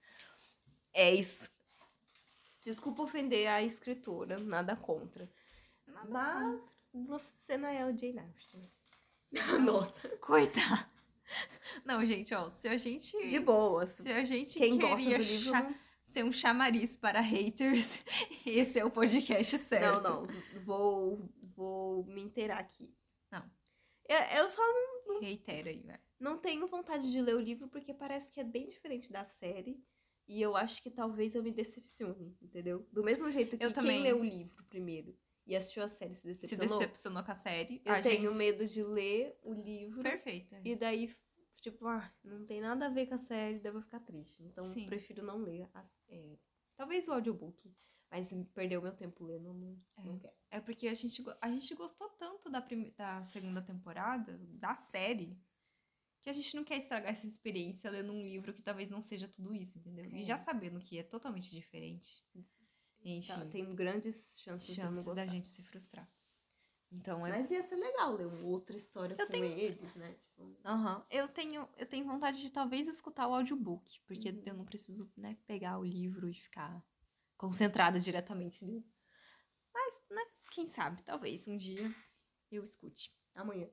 Speaker 2: É isso. Desculpa ofender a escritora, nada contra. Mas você não é o Jane Austen. Nossa.
Speaker 1: Coitada! Não, gente, ó, se a gente.
Speaker 2: De boas.
Speaker 1: Se a gente
Speaker 2: Quem
Speaker 1: queria
Speaker 2: gosta do livro
Speaker 1: cha-
Speaker 2: não-
Speaker 1: ser um chamariz para haters, esse é o podcast certo.
Speaker 2: Não, não. Vou, vou me inteirar aqui.
Speaker 1: Não.
Speaker 2: Eu, eu só
Speaker 1: não. Reitera aí, né? velho.
Speaker 2: não tenho vontade de ler o livro porque parece que é bem diferente da série. E eu acho que talvez eu me decepcione, entendeu? Do mesmo jeito que
Speaker 1: Eu também.
Speaker 2: quem leu o livro primeiro e assistiu a série se
Speaker 1: Se
Speaker 2: decepcionou.
Speaker 1: decepcionou com a série,
Speaker 2: Eu
Speaker 1: a
Speaker 2: tenho
Speaker 1: gente...
Speaker 2: medo de ler o livro
Speaker 1: Perfeita.
Speaker 2: e daí, tipo, ah, não tem nada a ver com a série, daí eu vou ficar triste. Então,
Speaker 1: Sim.
Speaker 2: prefiro não ler. a- é, talvez o audiobook, mas perder o meu tempo lendo, eu não,
Speaker 1: É.
Speaker 2: não quero.
Speaker 1: É porque a gente, go- a gente gostou tanto da, prime- da segunda temporada, da série, que a gente não quer estragar essa experiência lendo um livro que talvez não seja tudo isso, entendeu?
Speaker 2: É.
Speaker 1: E já sabendo que é totalmente diferente. Enfim,
Speaker 2: Tá, tem grandes chances, de eu não
Speaker 1: chances
Speaker 2: gostar.
Speaker 1: da gente se frustrar. Então é.
Speaker 2: Mas ia ser legal ler uma outra história
Speaker 1: Eu
Speaker 2: com
Speaker 1: tenho-
Speaker 2: eles, né? Tipo,
Speaker 1: Aham. Eu, tenho, eu tenho vontade de talvez escutar o audiobook, porque eu não preciso né, pegar o livro e ficar concentrada diretamente nele. Mas, né, quem sabe, talvez um dia eu escute.
Speaker 2: amanhã.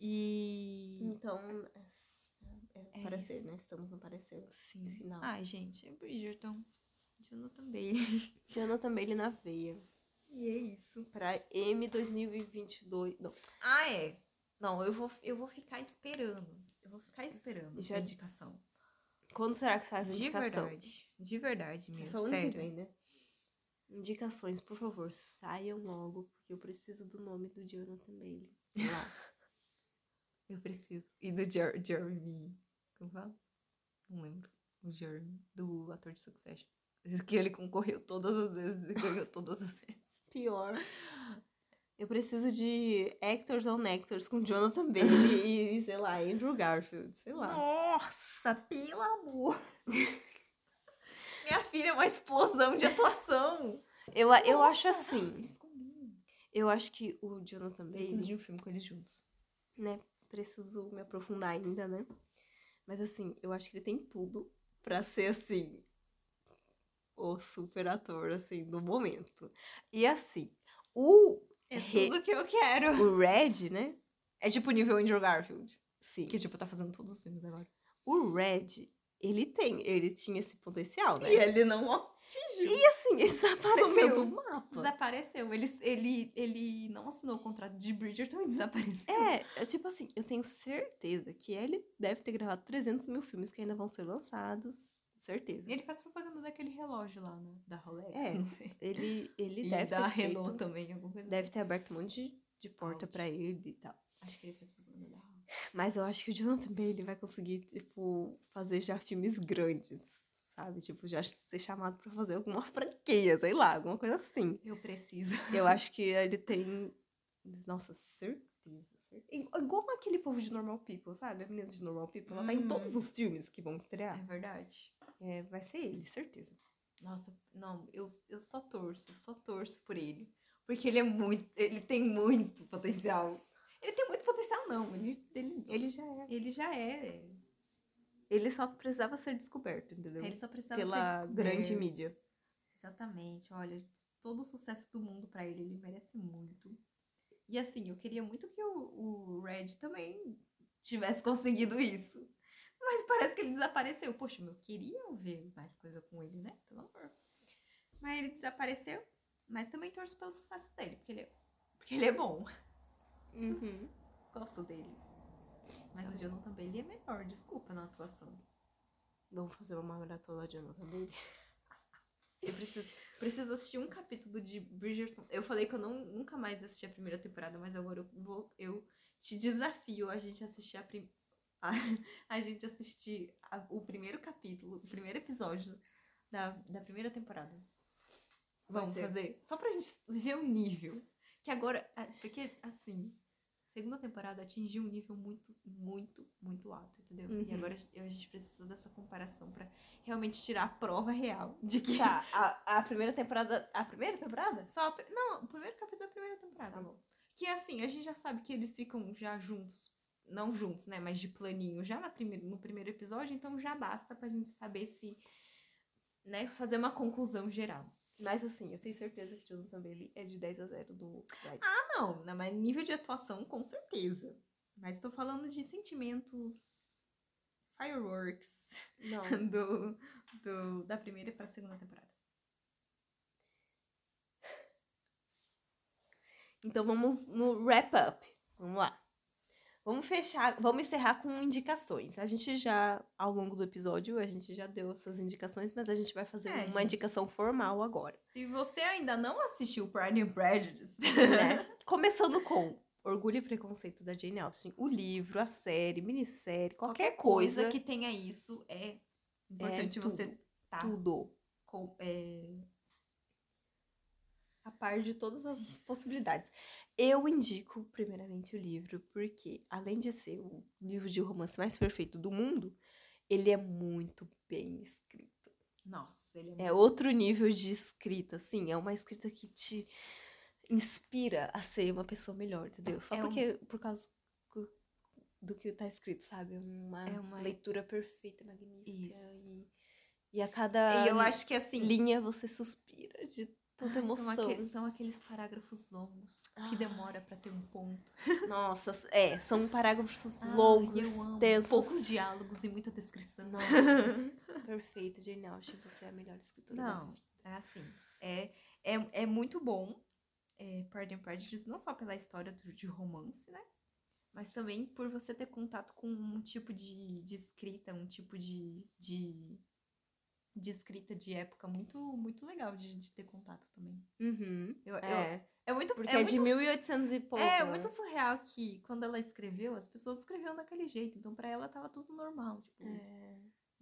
Speaker 1: E.
Speaker 2: Então, é, é,
Speaker 1: É
Speaker 2: parecer,
Speaker 1: isso.
Speaker 2: né? Estamos no parecer.
Speaker 1: Sim.
Speaker 2: Final.
Speaker 1: Ai, gente, é Bridgerton. Jonathan Bailey.
Speaker 2: Diana também ele na veia.
Speaker 1: E é isso.
Speaker 2: Pra M 2022. Não,
Speaker 1: Ah, é. Não, eu vou, eu vou ficar esperando. Eu vou ficar esperando
Speaker 2: Já-
Speaker 1: essa indicação.
Speaker 2: quando será que sai essa
Speaker 1: De
Speaker 2: indicação?
Speaker 1: verdade. De verdade
Speaker 2: Essa
Speaker 1: mesmo.
Speaker 2: ano que
Speaker 1: Sério.
Speaker 2: vem, né? Indicações, por favor, saiam logo, porque eu preciso do nome do Jonathan Bailey. Lá.
Speaker 1: Eu preciso. E do Jer Jeremy. Como fala? Não lembro. O Jeremy, do ator de Succession. Diz que ele concorreu todas as vezes e ganhou todas as vezes.
Speaker 2: Pior. Eu preciso de Actors on Actors com Jonathan Bailey e, sei lá, Andrew Garfield, sei lá.
Speaker 1: Nossa, pelo amor! Minha filha é uma explosão de atuação! um
Speaker 2: Eu, eu acho assim. Eu acho que o Jonathan
Speaker 1: Preciso
Speaker 2: Bailey,
Speaker 1: de um filme com eles juntos.
Speaker 2: né? Preciso me aprofundar ainda, né? Mas assim, eu acho que ele tem tudo pra ser assim. O super ator, assim, do momento. E assim, o,
Speaker 1: É
Speaker 2: Re-
Speaker 1: tudo que eu quero.
Speaker 2: o Red, né?
Speaker 1: É tipo nível Andrew Garfield.
Speaker 2: Sim.
Speaker 1: Que, tipo, tá fazendo todos os filmes agora.
Speaker 2: O Red, ele tem, ele tinha esse potencial, né?
Speaker 1: ele não atingiu.
Speaker 2: E assim, ele desapareceu
Speaker 1: Sumiu.
Speaker 2: do mapa.
Speaker 1: Desapareceu. Ele, ele, ele não assinou o contrato de Bridgerton e desapareceu.
Speaker 2: É, é tipo assim, eu tenho certeza que ele deve ter gravado 300 mil filmes que ainda vão ser lançados. Certeza.
Speaker 1: E ele faz propaganda daquele relógio lá, né? Da Rolex,
Speaker 2: É,
Speaker 1: não sei.
Speaker 2: Ele, ele
Speaker 1: e
Speaker 2: deve
Speaker 1: da
Speaker 2: ter feito-
Speaker 1: Renault também, alguma coisa.
Speaker 2: deve ter aberto um monte de, de porta
Speaker 1: Out.
Speaker 2: pra ele e tal.
Speaker 1: Acho que ele fez propaganda da Renault.
Speaker 2: Mas eu acho que o Jonathan Bailey vai conseguir, tipo, fazer já filmes grandes, sabe? Tipo, já ser chamado pra fazer alguma franquia, sei lá, alguma coisa assim.
Speaker 1: Eu preciso.
Speaker 2: Eu acho que ele tem. Nossa, certeza. certeza. Igual aquele povo de Normal People, sabe? A menina de Normal People, ela tá em
Speaker 1: Hum.
Speaker 2: todos os filmes que vão
Speaker 1: É
Speaker 2: estrear.
Speaker 1: verdade.
Speaker 2: É, vai ser ele, certeza.
Speaker 1: Nossa, não, eu, eu só torço, só torço por ele. Porque ele é muito. Ele tem muito potencial. Ele tem muito potencial, não. Ele, ele,
Speaker 2: Ele já é.
Speaker 1: ele já é.
Speaker 2: Ele só precisava ser descoberto, entendeu?
Speaker 1: Ele só precisava ser
Speaker 2: Pela
Speaker 1: descoberto.
Speaker 2: grande mídia.
Speaker 1: Exatamente. Olha, todo o sucesso do mundo pra ele, ele merece muito. E assim, eu queria muito que o, o Red também tivesse conseguido isso. Mas parece que ele desapareceu. Poxa, mas eu queria ver mais coisa com ele, né? Pelo amor. Mas ele desapareceu. Mas também torço pelo sucesso dele, porque ele é, porque ele é bom.
Speaker 2: Uhum.
Speaker 1: Gosto dele. Mas o Jonathan Bailey é melhor, desculpa na atuação.
Speaker 2: Vamos fazer uma maratona de Jonathan Bailey.
Speaker 1: Eu preciso, preciso assistir um capítulo de Bridgerton. Eu falei que eu não, nunca mais assisti a primeira temporada, mas agora eu vou. Eu te desafio a gente assistir a prim, a, a gente assistir a- o primeiro capítulo, o primeiro episódio da, da primeira temporada. Vamos
Speaker 2: ser.
Speaker 1: fazer. Só pra gente ver o nível. Que agora. a- Porque, assim, segunda temporada atingiu um nível muito, muito, muito alto, entendeu? E
Speaker 2: Uhum.
Speaker 1: agora a gente precisa dessa comparação pra realmente tirar a prova real de que.
Speaker 2: Tá, a, a primeira temporada. A primeira temporada?
Speaker 1: Só a pri- Não, o primeiro capítulo da primeira temporada.
Speaker 2: Tá bom.
Speaker 1: Que assim, a gente já sabe que eles ficam já juntos. Não juntos, né? Mas de planinho. Já na primeira, no primeiro episódio, então já basta pra gente saber se. Né? Fazer uma conclusão geral.
Speaker 2: Mas assim, eu tenho certeza que o Jonathan Bailey é de 10 a 0 do Red.
Speaker 1: Ah, não, né? Mas nível de atuação, com certeza. Mas tô falando de sentimentos. Fireworks.
Speaker 2: Não.
Speaker 1: Do, do, da primeira pra segunda temporada.
Speaker 2: Então vamos no wrap up. Vamos lá. Vamos fechar, vamos encerrar com indicações. A gente já, ao longo do episódio, a gente já deu essas indicações, mas a gente vai fazer
Speaker 1: É,
Speaker 2: uma
Speaker 1: gente.
Speaker 2: indicação formal agora,
Speaker 1: Se você ainda não assistiu Pride and Prejudice,
Speaker 2: né? Começando com Orgulho e Preconceito da Jane Austen, o livro, a série, minissérie, qualquer, coisa,
Speaker 1: que tenha isso é importante
Speaker 2: tudo,
Speaker 1: você tá
Speaker 2: tudo.
Speaker 1: com é,
Speaker 2: A par de todas as
Speaker 1: Isso.
Speaker 2: possibilidades. Eu indico, primeiramente, o livro, porque, além de ser o livro de romance mais perfeito do mundo, ele é muito bem escrito.
Speaker 1: nossa ele é,
Speaker 2: É outro nível de escrita, assim. É uma escrita que te inspira a ser uma pessoa melhor, entendeu? Só
Speaker 1: É um-
Speaker 2: porque, por causa co- do que tá escrito, sabe? É Uma,
Speaker 1: É uma-
Speaker 2: leitura perfeita, magnífica.
Speaker 1: Isso.
Speaker 2: E, e a cada
Speaker 1: e eu acho que assim
Speaker 2: linha você suspira de tanta
Speaker 1: ai, é
Speaker 2: emoção.
Speaker 1: são, aqueles, são aqueles parágrafos longos que
Speaker 2: Ah.
Speaker 1: demora pra ter um ponto
Speaker 2: Nossa, é, são parágrafos
Speaker 1: Ai,
Speaker 2: longos,
Speaker 1: eu amo.
Speaker 2: extensos.
Speaker 1: poucos diálogos e muita descrição
Speaker 2: Nossa, perfeito, genial. Acho que você é a melhor escritora. da
Speaker 1: Não, é assim. É, é, é muito bom é, Pride and Prejudice, não só pela história do- de romance, né? Mas também por você ter contato com um tipo de, de escrita, um tipo de, de, de escrita de época muito, muito legal de, de ter contato também.
Speaker 2: Uhum.
Speaker 1: Eu- eu- é.
Speaker 2: É,
Speaker 1: muito
Speaker 2: porque é, de
Speaker 1: muito
Speaker 2: 1800 e pouco. né?
Speaker 1: é, muito surreal que quando ela escreveu, as pessoas escreviam daquele jeito. Então, pra ela, tava tudo normal. Tipo,
Speaker 2: É.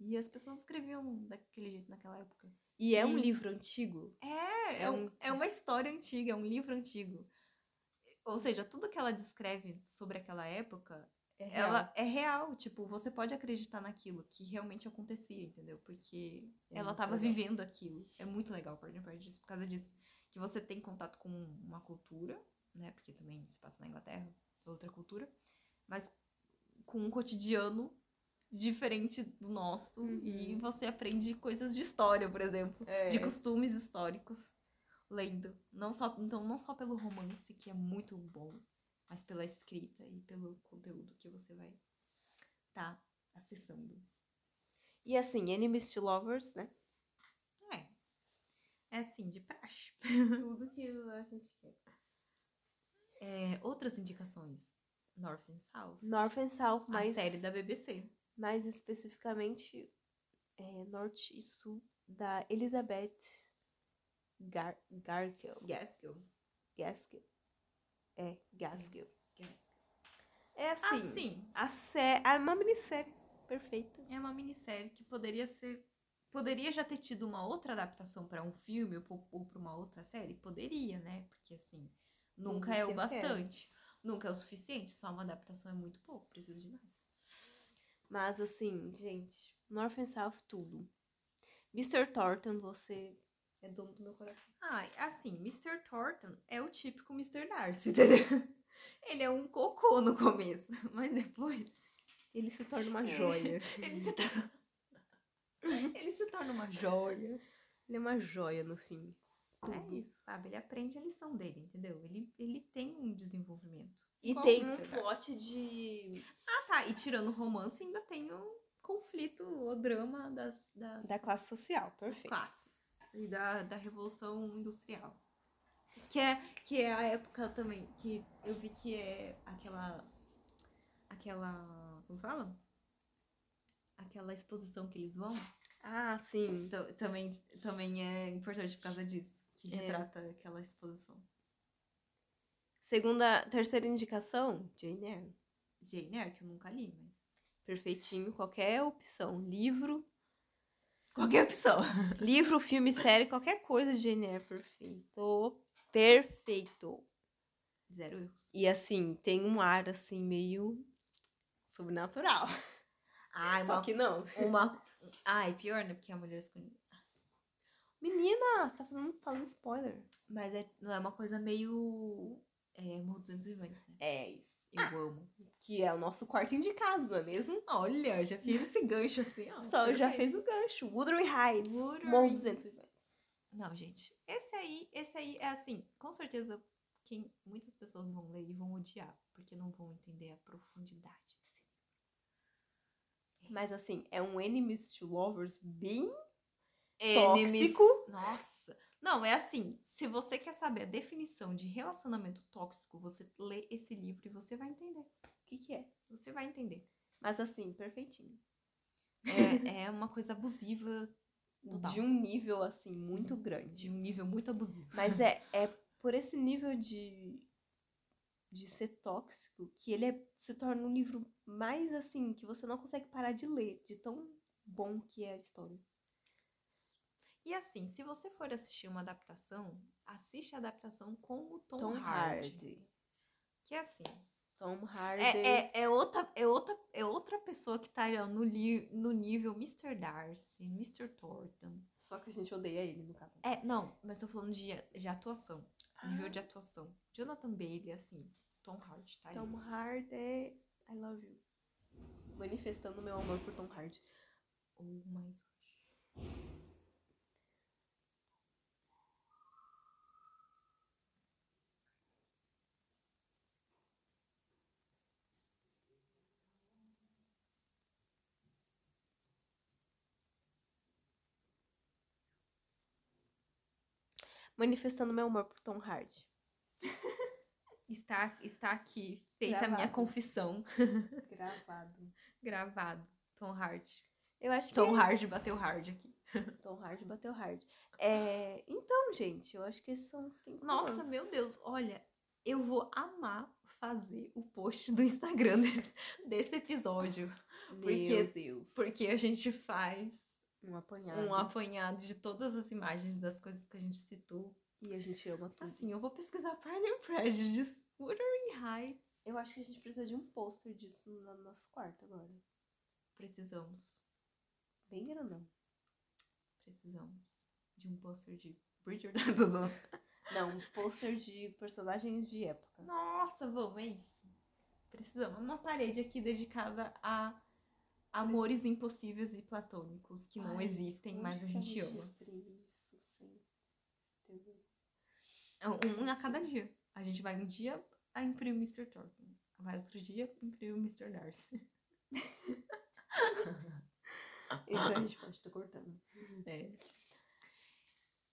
Speaker 1: E as pessoas escreviam daquele jeito naquela época.
Speaker 2: E é um
Speaker 1: E-
Speaker 2: livro antigo.
Speaker 1: É, é,
Speaker 2: É
Speaker 1: um-
Speaker 2: um-
Speaker 1: é uma história antiga, é um livro antigo. Ou seja, tudo que ela descreve sobre aquela época,
Speaker 2: É
Speaker 1: ela é real. Tipo, você pode acreditar naquilo que realmente acontecia, entendeu? Porque
Speaker 2: É
Speaker 1: ela
Speaker 2: muito
Speaker 1: tava
Speaker 2: legal.
Speaker 1: vivendo aquilo. É muito legal, por exemplo, por causa disso. Por causa disso. Que você tem contato com uma cultura, né? Porque também se passa na Inglaterra, outra cultura, mas com um cotidiano diferente do nosso
Speaker 2: Uhum.
Speaker 1: e você aprende coisas de história, por exemplo,
Speaker 2: É.
Speaker 1: de costumes históricos, lendo. Não só, então não só pelo romance, que é muito bom, mas pela escrita e pelo conteúdo que você vai estar tá acessando.
Speaker 2: E assim, enemies to lovers, né?
Speaker 1: É. É assim, de praxe.
Speaker 2: Tudo que a gente quer.
Speaker 1: É, outras indicações. North and South.
Speaker 2: North and South,
Speaker 1: A
Speaker 2: mais,
Speaker 1: série da BBC.
Speaker 2: mais especificamente é, Norte e Sul, da Elizabeth Gar Gargill.
Speaker 1: Gaskell.
Speaker 2: Gaskill. É, Gaskill.
Speaker 1: Gaskell.
Speaker 2: É
Speaker 1: Assim,
Speaker 2: assim, a sé é uma minissérie perfeita.
Speaker 1: é uma minissérie que poderia ser... Poderia já ter tido uma outra adaptação para um filme ou po- ou para uma outra série? Poderia, né? Porque, assim, nunca
Speaker 2: Nunca
Speaker 1: é o
Speaker 2: é.
Speaker 1: bastante. Nunca é o suficiente. Só uma adaptação é muito pouco. Precisa de mais.
Speaker 2: Mas assim, gente, North and South tudo. Mr. Thornton, você é dono do meu coração.
Speaker 1: Ah, assim, Mr. Thornton é o típico Mr. Darcy, entendeu? Ele é um cocô no começo, mas depois
Speaker 2: Ele se torna uma
Speaker 1: É.
Speaker 2: joia.
Speaker 1: Ele se torna. ele se torna uma joia.
Speaker 2: Ele é uma joia no fim. Uhum.
Speaker 1: É isso, sabe? Ele aprende a lição dele, entendeu? Ele, ele tem um desenvolvimento.
Speaker 2: E
Speaker 1: Qual
Speaker 2: tem
Speaker 1: que
Speaker 2: um
Speaker 1: você dá?
Speaker 2: plot de.
Speaker 1: Ah, tá. E tirando o romance, ainda tem o conflito, o drama das, das
Speaker 2: classe social, perfeito.
Speaker 1: classes. E da, da Revolução Industrial. Que é, que é a época também que eu vi que é aquela. Aquela. Como fala? Aquela exposição que eles vão.
Speaker 2: Ah, sim.
Speaker 1: Então, também, também é importante por causa disso, que
Speaker 2: É.
Speaker 1: retrata aquela exposição.
Speaker 2: Segunda, terceira indicação, Jane Eyre.
Speaker 1: Jane Eyre, que eu nunca li, mas.
Speaker 2: Perfeitinho, qualquer opção. Livro,
Speaker 1: Qualquer opção.
Speaker 2: livro, filme, série, qualquer coisa de Jane Eyre, perfeito. Perfeito.
Speaker 1: Zero erros.
Speaker 2: E assim, tem um ar assim meio sobrenatural.
Speaker 1: Ai,
Speaker 2: Só
Speaker 1: Ah, é uma,
Speaker 2: que não.
Speaker 1: uma. Ai, pior, né? Porque é uma mulher escondida.
Speaker 2: Menina, tá fazendo, tá dando spoiler.
Speaker 1: Mas é, não é uma coisa meio. É, Mortos dos Vivantes, né?
Speaker 2: É isso.
Speaker 1: Eu amo.
Speaker 2: Que é o nosso quarto indicado, não é mesmo?
Speaker 1: Olha, eu já fiz esse gancho assim, ó.
Speaker 2: Só já
Speaker 1: perfeito.
Speaker 2: fez o gancho. Woodrow Heights.
Speaker 1: Woodrow
Speaker 2: Morro
Speaker 1: Heights.
Speaker 2: 200 vivantes.
Speaker 1: Não, gente. Esse aí, esse aí é assim, com certeza quem muitas pessoas vão ler e vão odiar, porque não vão entender a profundidade desse
Speaker 2: Mas assim, é um enemies to lovers bem...
Speaker 1: Enemies-
Speaker 2: Tóxico.
Speaker 1: Nossa. Não, é assim, se você quer saber a definição de relacionamento tóxico, você lê esse livro e você vai entender.
Speaker 2: O que que é?
Speaker 1: Você vai entender.
Speaker 2: Mas assim, perfeitinho.
Speaker 1: É, é uma coisa abusiva total.
Speaker 2: De um nível assim, muito grande.
Speaker 1: De um nível muito abusivo.
Speaker 2: Mas é, é por esse nível de, de ser tóxico que ele é- se torna um livro mais assim, que você não consegue parar de ler, de tão bom que é a história.
Speaker 1: E assim, se você for assistir uma adaptação, assiste a adaptação com o Tom,
Speaker 2: Tom
Speaker 1: Hardy.
Speaker 2: Hardy.
Speaker 1: Que é assim.
Speaker 2: Tom Hardy.
Speaker 1: É, é, é, outra, é, outra, é outra pessoa que tá ó, no, li, no nível Mr. Darcy, Mr. Thornton.
Speaker 2: Só que a gente odeia ele, no caso.
Speaker 1: É, não, mas tô falando de, de atuação.
Speaker 2: Ah.
Speaker 1: Nível de atuação. Jonathan Bailey, assim, Tom Hardy, tá?
Speaker 2: Tom
Speaker 1: ali.
Speaker 2: Hardy, I love you. Manifestando meu amor por Tom Hardy.
Speaker 1: Oh my gosh.
Speaker 2: Manifestando meu amor por Tom Hardy.
Speaker 1: Está, está aqui, feita a minha
Speaker 2: Gravado.
Speaker 1: confissão.
Speaker 2: Gravado.
Speaker 1: Gravado. Tom Hardy.
Speaker 2: Eu acho
Speaker 1: Tom
Speaker 2: que
Speaker 1: Hardy bateu hard aqui.
Speaker 2: Tom Hardy bateu hard. É, então, gente, eu acho que esses são os cinco.
Speaker 1: Nossa,
Speaker 2: lances.
Speaker 1: meu Deus, olha, eu vou amar fazer o post do Instagram desse, desse episódio. Porque-
Speaker 2: meu Deus.
Speaker 1: Porque a gente faz
Speaker 2: um apanhado.
Speaker 1: um apanhado de todas as imagens das coisas que a gente citou.
Speaker 2: E a gente ama tudo.
Speaker 1: Assim, eu vou pesquisar Pride and Prejudice, Wuthering Heights.
Speaker 2: eu acho que a gente precisa de um pôster disso no nosso quarto agora.
Speaker 1: Precisamos,
Speaker 2: Bem grandão.
Speaker 1: precisamos de um pôster de Bridgerton da zona.
Speaker 2: Não, um pôster de personagens de época.
Speaker 1: Nossa, vamos, é isso. Precisamos. Uma parede aqui dedicada a amores impossíveis e platônicos que não
Speaker 2: Ai,
Speaker 1: existem,
Speaker 2: onde
Speaker 1: mas a
Speaker 2: que
Speaker 1: gente ama.
Speaker 2: ia ver isso sem estender?
Speaker 1: Um a cada dia. A gente vai um dia a imprimir o Mr. Thornton. Vai outro dia imprimir o Mr. Darcy.
Speaker 2: Isso a gente pode estar cortando.
Speaker 1: É.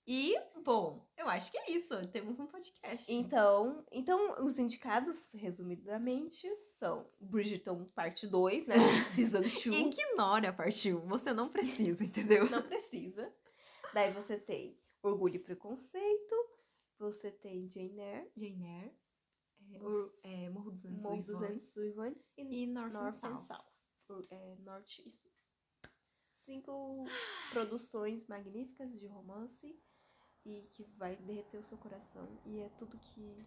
Speaker 1: E, bom, eu acho que é isso. Temos um podcast.
Speaker 2: Então, então, os indicados, resumidamente, são Bridgerton Parte 2, né? Season 2.
Speaker 1: Ignora a parte 1. Você não precisa, entendeu?
Speaker 2: Não precisa. Daí você tem Orgulho e Preconceito. Você tem Jane Eyre.
Speaker 1: Jane Eyre. É, Ur- é, Morro dos Anjos
Speaker 2: Morro dos Anjos Uivantes.
Speaker 1: E North, and
Speaker 2: North and
Speaker 1: South.
Speaker 2: South. Por- é, norte e Sul. Cinco produções magníficas de romance e que vai derreter o seu coração. E é tudo que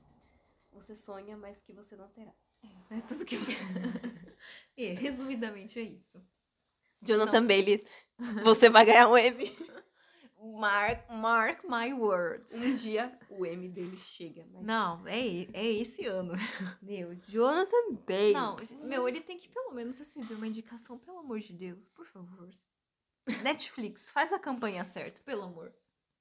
Speaker 2: você sonha, mas que você não terá.
Speaker 1: É tudo que eu É, resumidamente é isso.
Speaker 2: Jonathan Bailey, você vai ganhar um M.
Speaker 1: Mark, mark my words.
Speaker 2: Um dia o M dele chega. Mas...
Speaker 1: Não, é, e- é esse ano.
Speaker 2: Meu, Jonathan Bailey.
Speaker 1: Não, meu, ele tem que pelo menos receber uma indicação, pelo amor de Deus, por favor. Netflix, faz a campanha certa, pelo amor.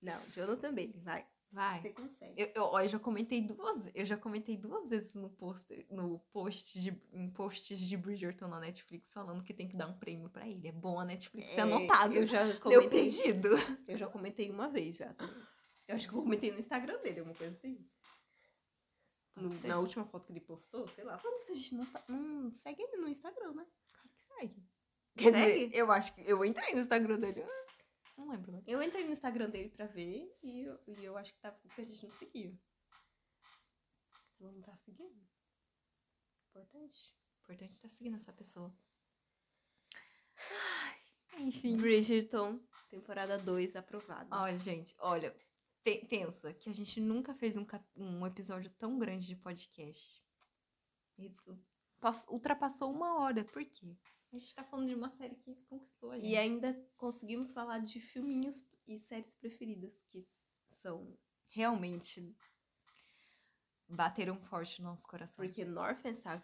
Speaker 2: Não, Jonathan Bailey, vai.
Speaker 1: Vai.
Speaker 2: consegue.
Speaker 1: Eu, eu, ó, eu já comentei duas, eu já comentei duas vezes no poster, no post de, em posts de Bridgerton na Netflix falando que tem que dar um prêmio pra ele. É bom a Netflix ter
Speaker 2: É,
Speaker 1: anotado.
Speaker 2: Eu já
Speaker 1: Meu
Speaker 2: comentei.
Speaker 1: pedido.
Speaker 2: Eu já comentei uma vez já. também. Eu acho que eu comentei no Instagram dele, alguma coisa assim.
Speaker 1: Pode
Speaker 2: No-
Speaker 1: ser.
Speaker 2: na última foto que ele postou, sei lá. Falando se a gente não, tá- não segue ele no Instagram, né?
Speaker 1: Claro que segue.
Speaker 2: Quer
Speaker 1: Segue?
Speaker 2: dizer,
Speaker 1: eu acho que eu entrei no Instagram dele. Não lembro, né?
Speaker 2: Eu entrei no Instagram dele pra ver e eu, e eu acho que tava escrito que a gente não seguia. Ela não tá seguindo. Importante.
Speaker 1: Importante tá seguindo essa pessoa.
Speaker 2: Enfim, Bridgerton, temporada 2 aprovada.
Speaker 1: Olha, gente, olha. pe- pensa que a gente nunca fez um, cap- um episódio tão grande de podcast. Isso. Pass- ultrapassou uma hora. Por quê? A gente tá falando de uma série que conquistou a gente.
Speaker 2: E ainda conseguimos falar de filminhos e séries preferidas que são.
Speaker 1: Realmente bateram forte no nosso coração.
Speaker 2: Porque North and South,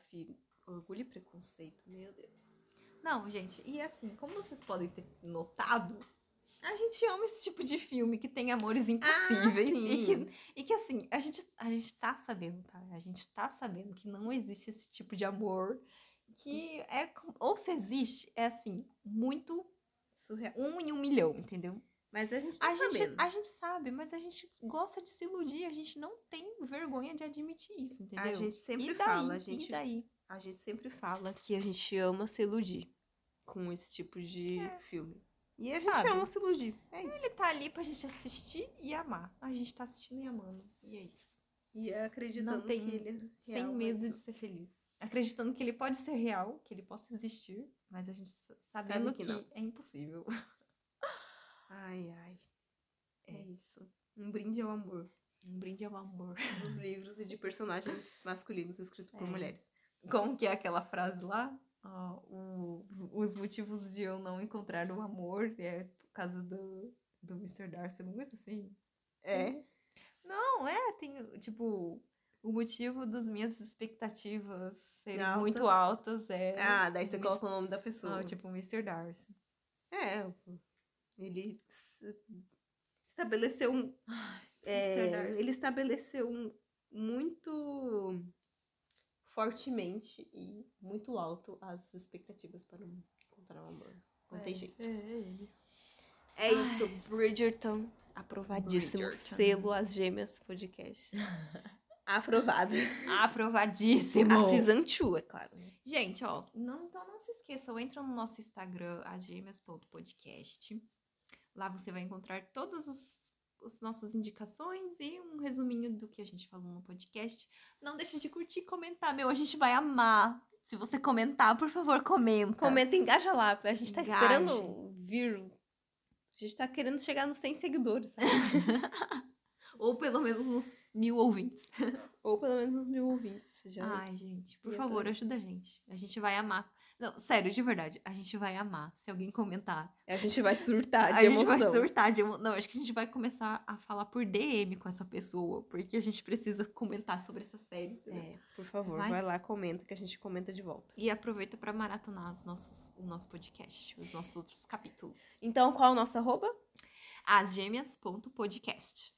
Speaker 2: Orgulho e Preconceito, meu Deus.
Speaker 1: Não, gente, e assim, como vocês podem ter notado, a gente ama esse tipo de filme que tem amores impossíveis e,
Speaker 2: Ah, sim.
Speaker 1: que, e que, assim, a gente, a gente tá sabendo, tá? A gente tá sabendo que não existe esse tipo de amor que é, com- ou se existe, é assim, muito
Speaker 2: Surreal.
Speaker 1: um em um milhão, entendeu?
Speaker 2: Mas a gente tá
Speaker 1: A gente,
Speaker 2: sabendo.
Speaker 1: a gente sabe, mas a gente gosta de se iludir, a gente não tem vergonha de admitir isso, entendeu?
Speaker 2: A gente sempre
Speaker 1: e daí,
Speaker 2: fala, a
Speaker 1: E
Speaker 2: gente,
Speaker 1: daí?
Speaker 2: a gente sempre fala que a gente ama se iludir com esse tipo de filme. E a
Speaker 1: Sabe?
Speaker 2: gente ama se iludir. É isso.
Speaker 1: Ele tá ali pra gente assistir e amar. A gente tá assistindo e amando. E é isso.
Speaker 2: E acreditando
Speaker 1: Não tem-
Speaker 2: que ele é real,
Speaker 1: Sem medo de
Speaker 2: mas-
Speaker 1: ser feliz. Acreditando que ele pode ser real, que ele possa existir, mas a gente sa- sabendo
Speaker 2: que
Speaker 1: que,
Speaker 2: não.
Speaker 1: é impossível.
Speaker 2: Ai, ai. É. isso. Um brinde ao amor
Speaker 1: Um brinde ao amor.
Speaker 2: dos livros e de personagens masculinos escritos por
Speaker 1: É.
Speaker 2: mulheres.
Speaker 1: Como que é aquela frase lá? Ah, os, os motivos de eu não encontrar o amor é por causa do, do Mr. Darcy, alguma coisa assim.
Speaker 2: É.
Speaker 1: Não, é, tem, tipo, o motivo das minhas expectativas serem
Speaker 2: Altas.
Speaker 1: muito altas é.
Speaker 2: Ah, daí você
Speaker 1: Mis-
Speaker 2: coloca o nome da pessoa.
Speaker 1: Ah, tipo, Mr. Darcy.
Speaker 2: É, ele s- estabeleceu um. é,
Speaker 1: Mr. Darcy.
Speaker 2: ele estabeleceu um muito fortemente e muito alto as expectativas para um- encontrar um amor. Não
Speaker 1: É,
Speaker 2: tem jeito. É isso, Bridgerton. Aprovadíssimo.
Speaker 1: Bridgerton.
Speaker 2: Selo às gêmeas podcast. Aprovado.
Speaker 1: Aprovadíssimo!
Speaker 2: A Season 2, é claro. né?
Speaker 1: Gente, ó, não, então não se esqueçam, entra no nosso Instagram, asgêmeas.podcast. Lá você vai encontrar todas os- as nossas indicações e um resuminho do que a gente falou no podcast. Não deixa de curtir e comentar, meu, a gente vai amar. Se você comentar, por favor, comenta.
Speaker 2: Comenta e engaja lá. A gente tá
Speaker 1: Engaje.
Speaker 2: esperando vir. A gente tá querendo chegar nos 100 seguidores. sabe?
Speaker 1: Ou pelo menos uns mil ouvintes.
Speaker 2: Ou pelo menos uns mil ouvintes. Já. é.
Speaker 1: Ai, gente, por
Speaker 2: Ia ser
Speaker 1: favor,
Speaker 2: legal.
Speaker 1: ajuda a gente. A gente vai amar. Não, sério, de verdade, a gente vai amar se alguém comentar.
Speaker 2: A gente vai surtar de
Speaker 1: a gente
Speaker 2: emoção.
Speaker 1: vai surtar de um emo... Não, acho que a gente vai começar a falar por DM com essa pessoa, porque a gente precisa comentar sobre essa série. entendeu?
Speaker 2: É, por favor,
Speaker 1: Mas-
Speaker 2: vai lá, comenta que a gente comenta de volta.
Speaker 1: E aproveita pra maratonar os nossos, o nosso podcast, os nossos outros capítulos.
Speaker 2: Então, qual é o nosso arroba?
Speaker 1: Asgêmeas.podcast.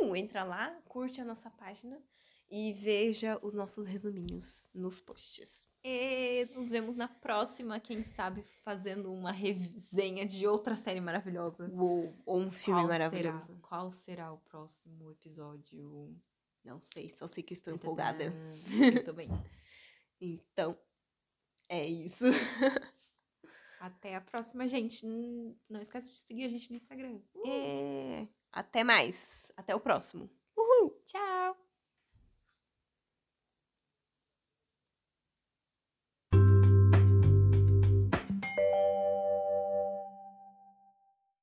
Speaker 2: Uh, entra lá, curte a nossa página e veja os nossos resuminhos nos posts.
Speaker 1: E nos vemos na próxima, quem sabe fazendo uma resenha de outra série maravilhosa.
Speaker 2: Uou, ou um filme
Speaker 1: Qual
Speaker 2: maravilhoso.
Speaker 1: Será, qual será o próximo episódio?
Speaker 2: Não sei, só sei que eu estou empolgada.
Speaker 1: Eu também.
Speaker 2: Então, é isso.
Speaker 1: Até a próxima, gente. Hum, Não esquece de seguir a gente no Instagram.
Speaker 2: É, Até mais. Até o próximo.
Speaker 1: Tchau!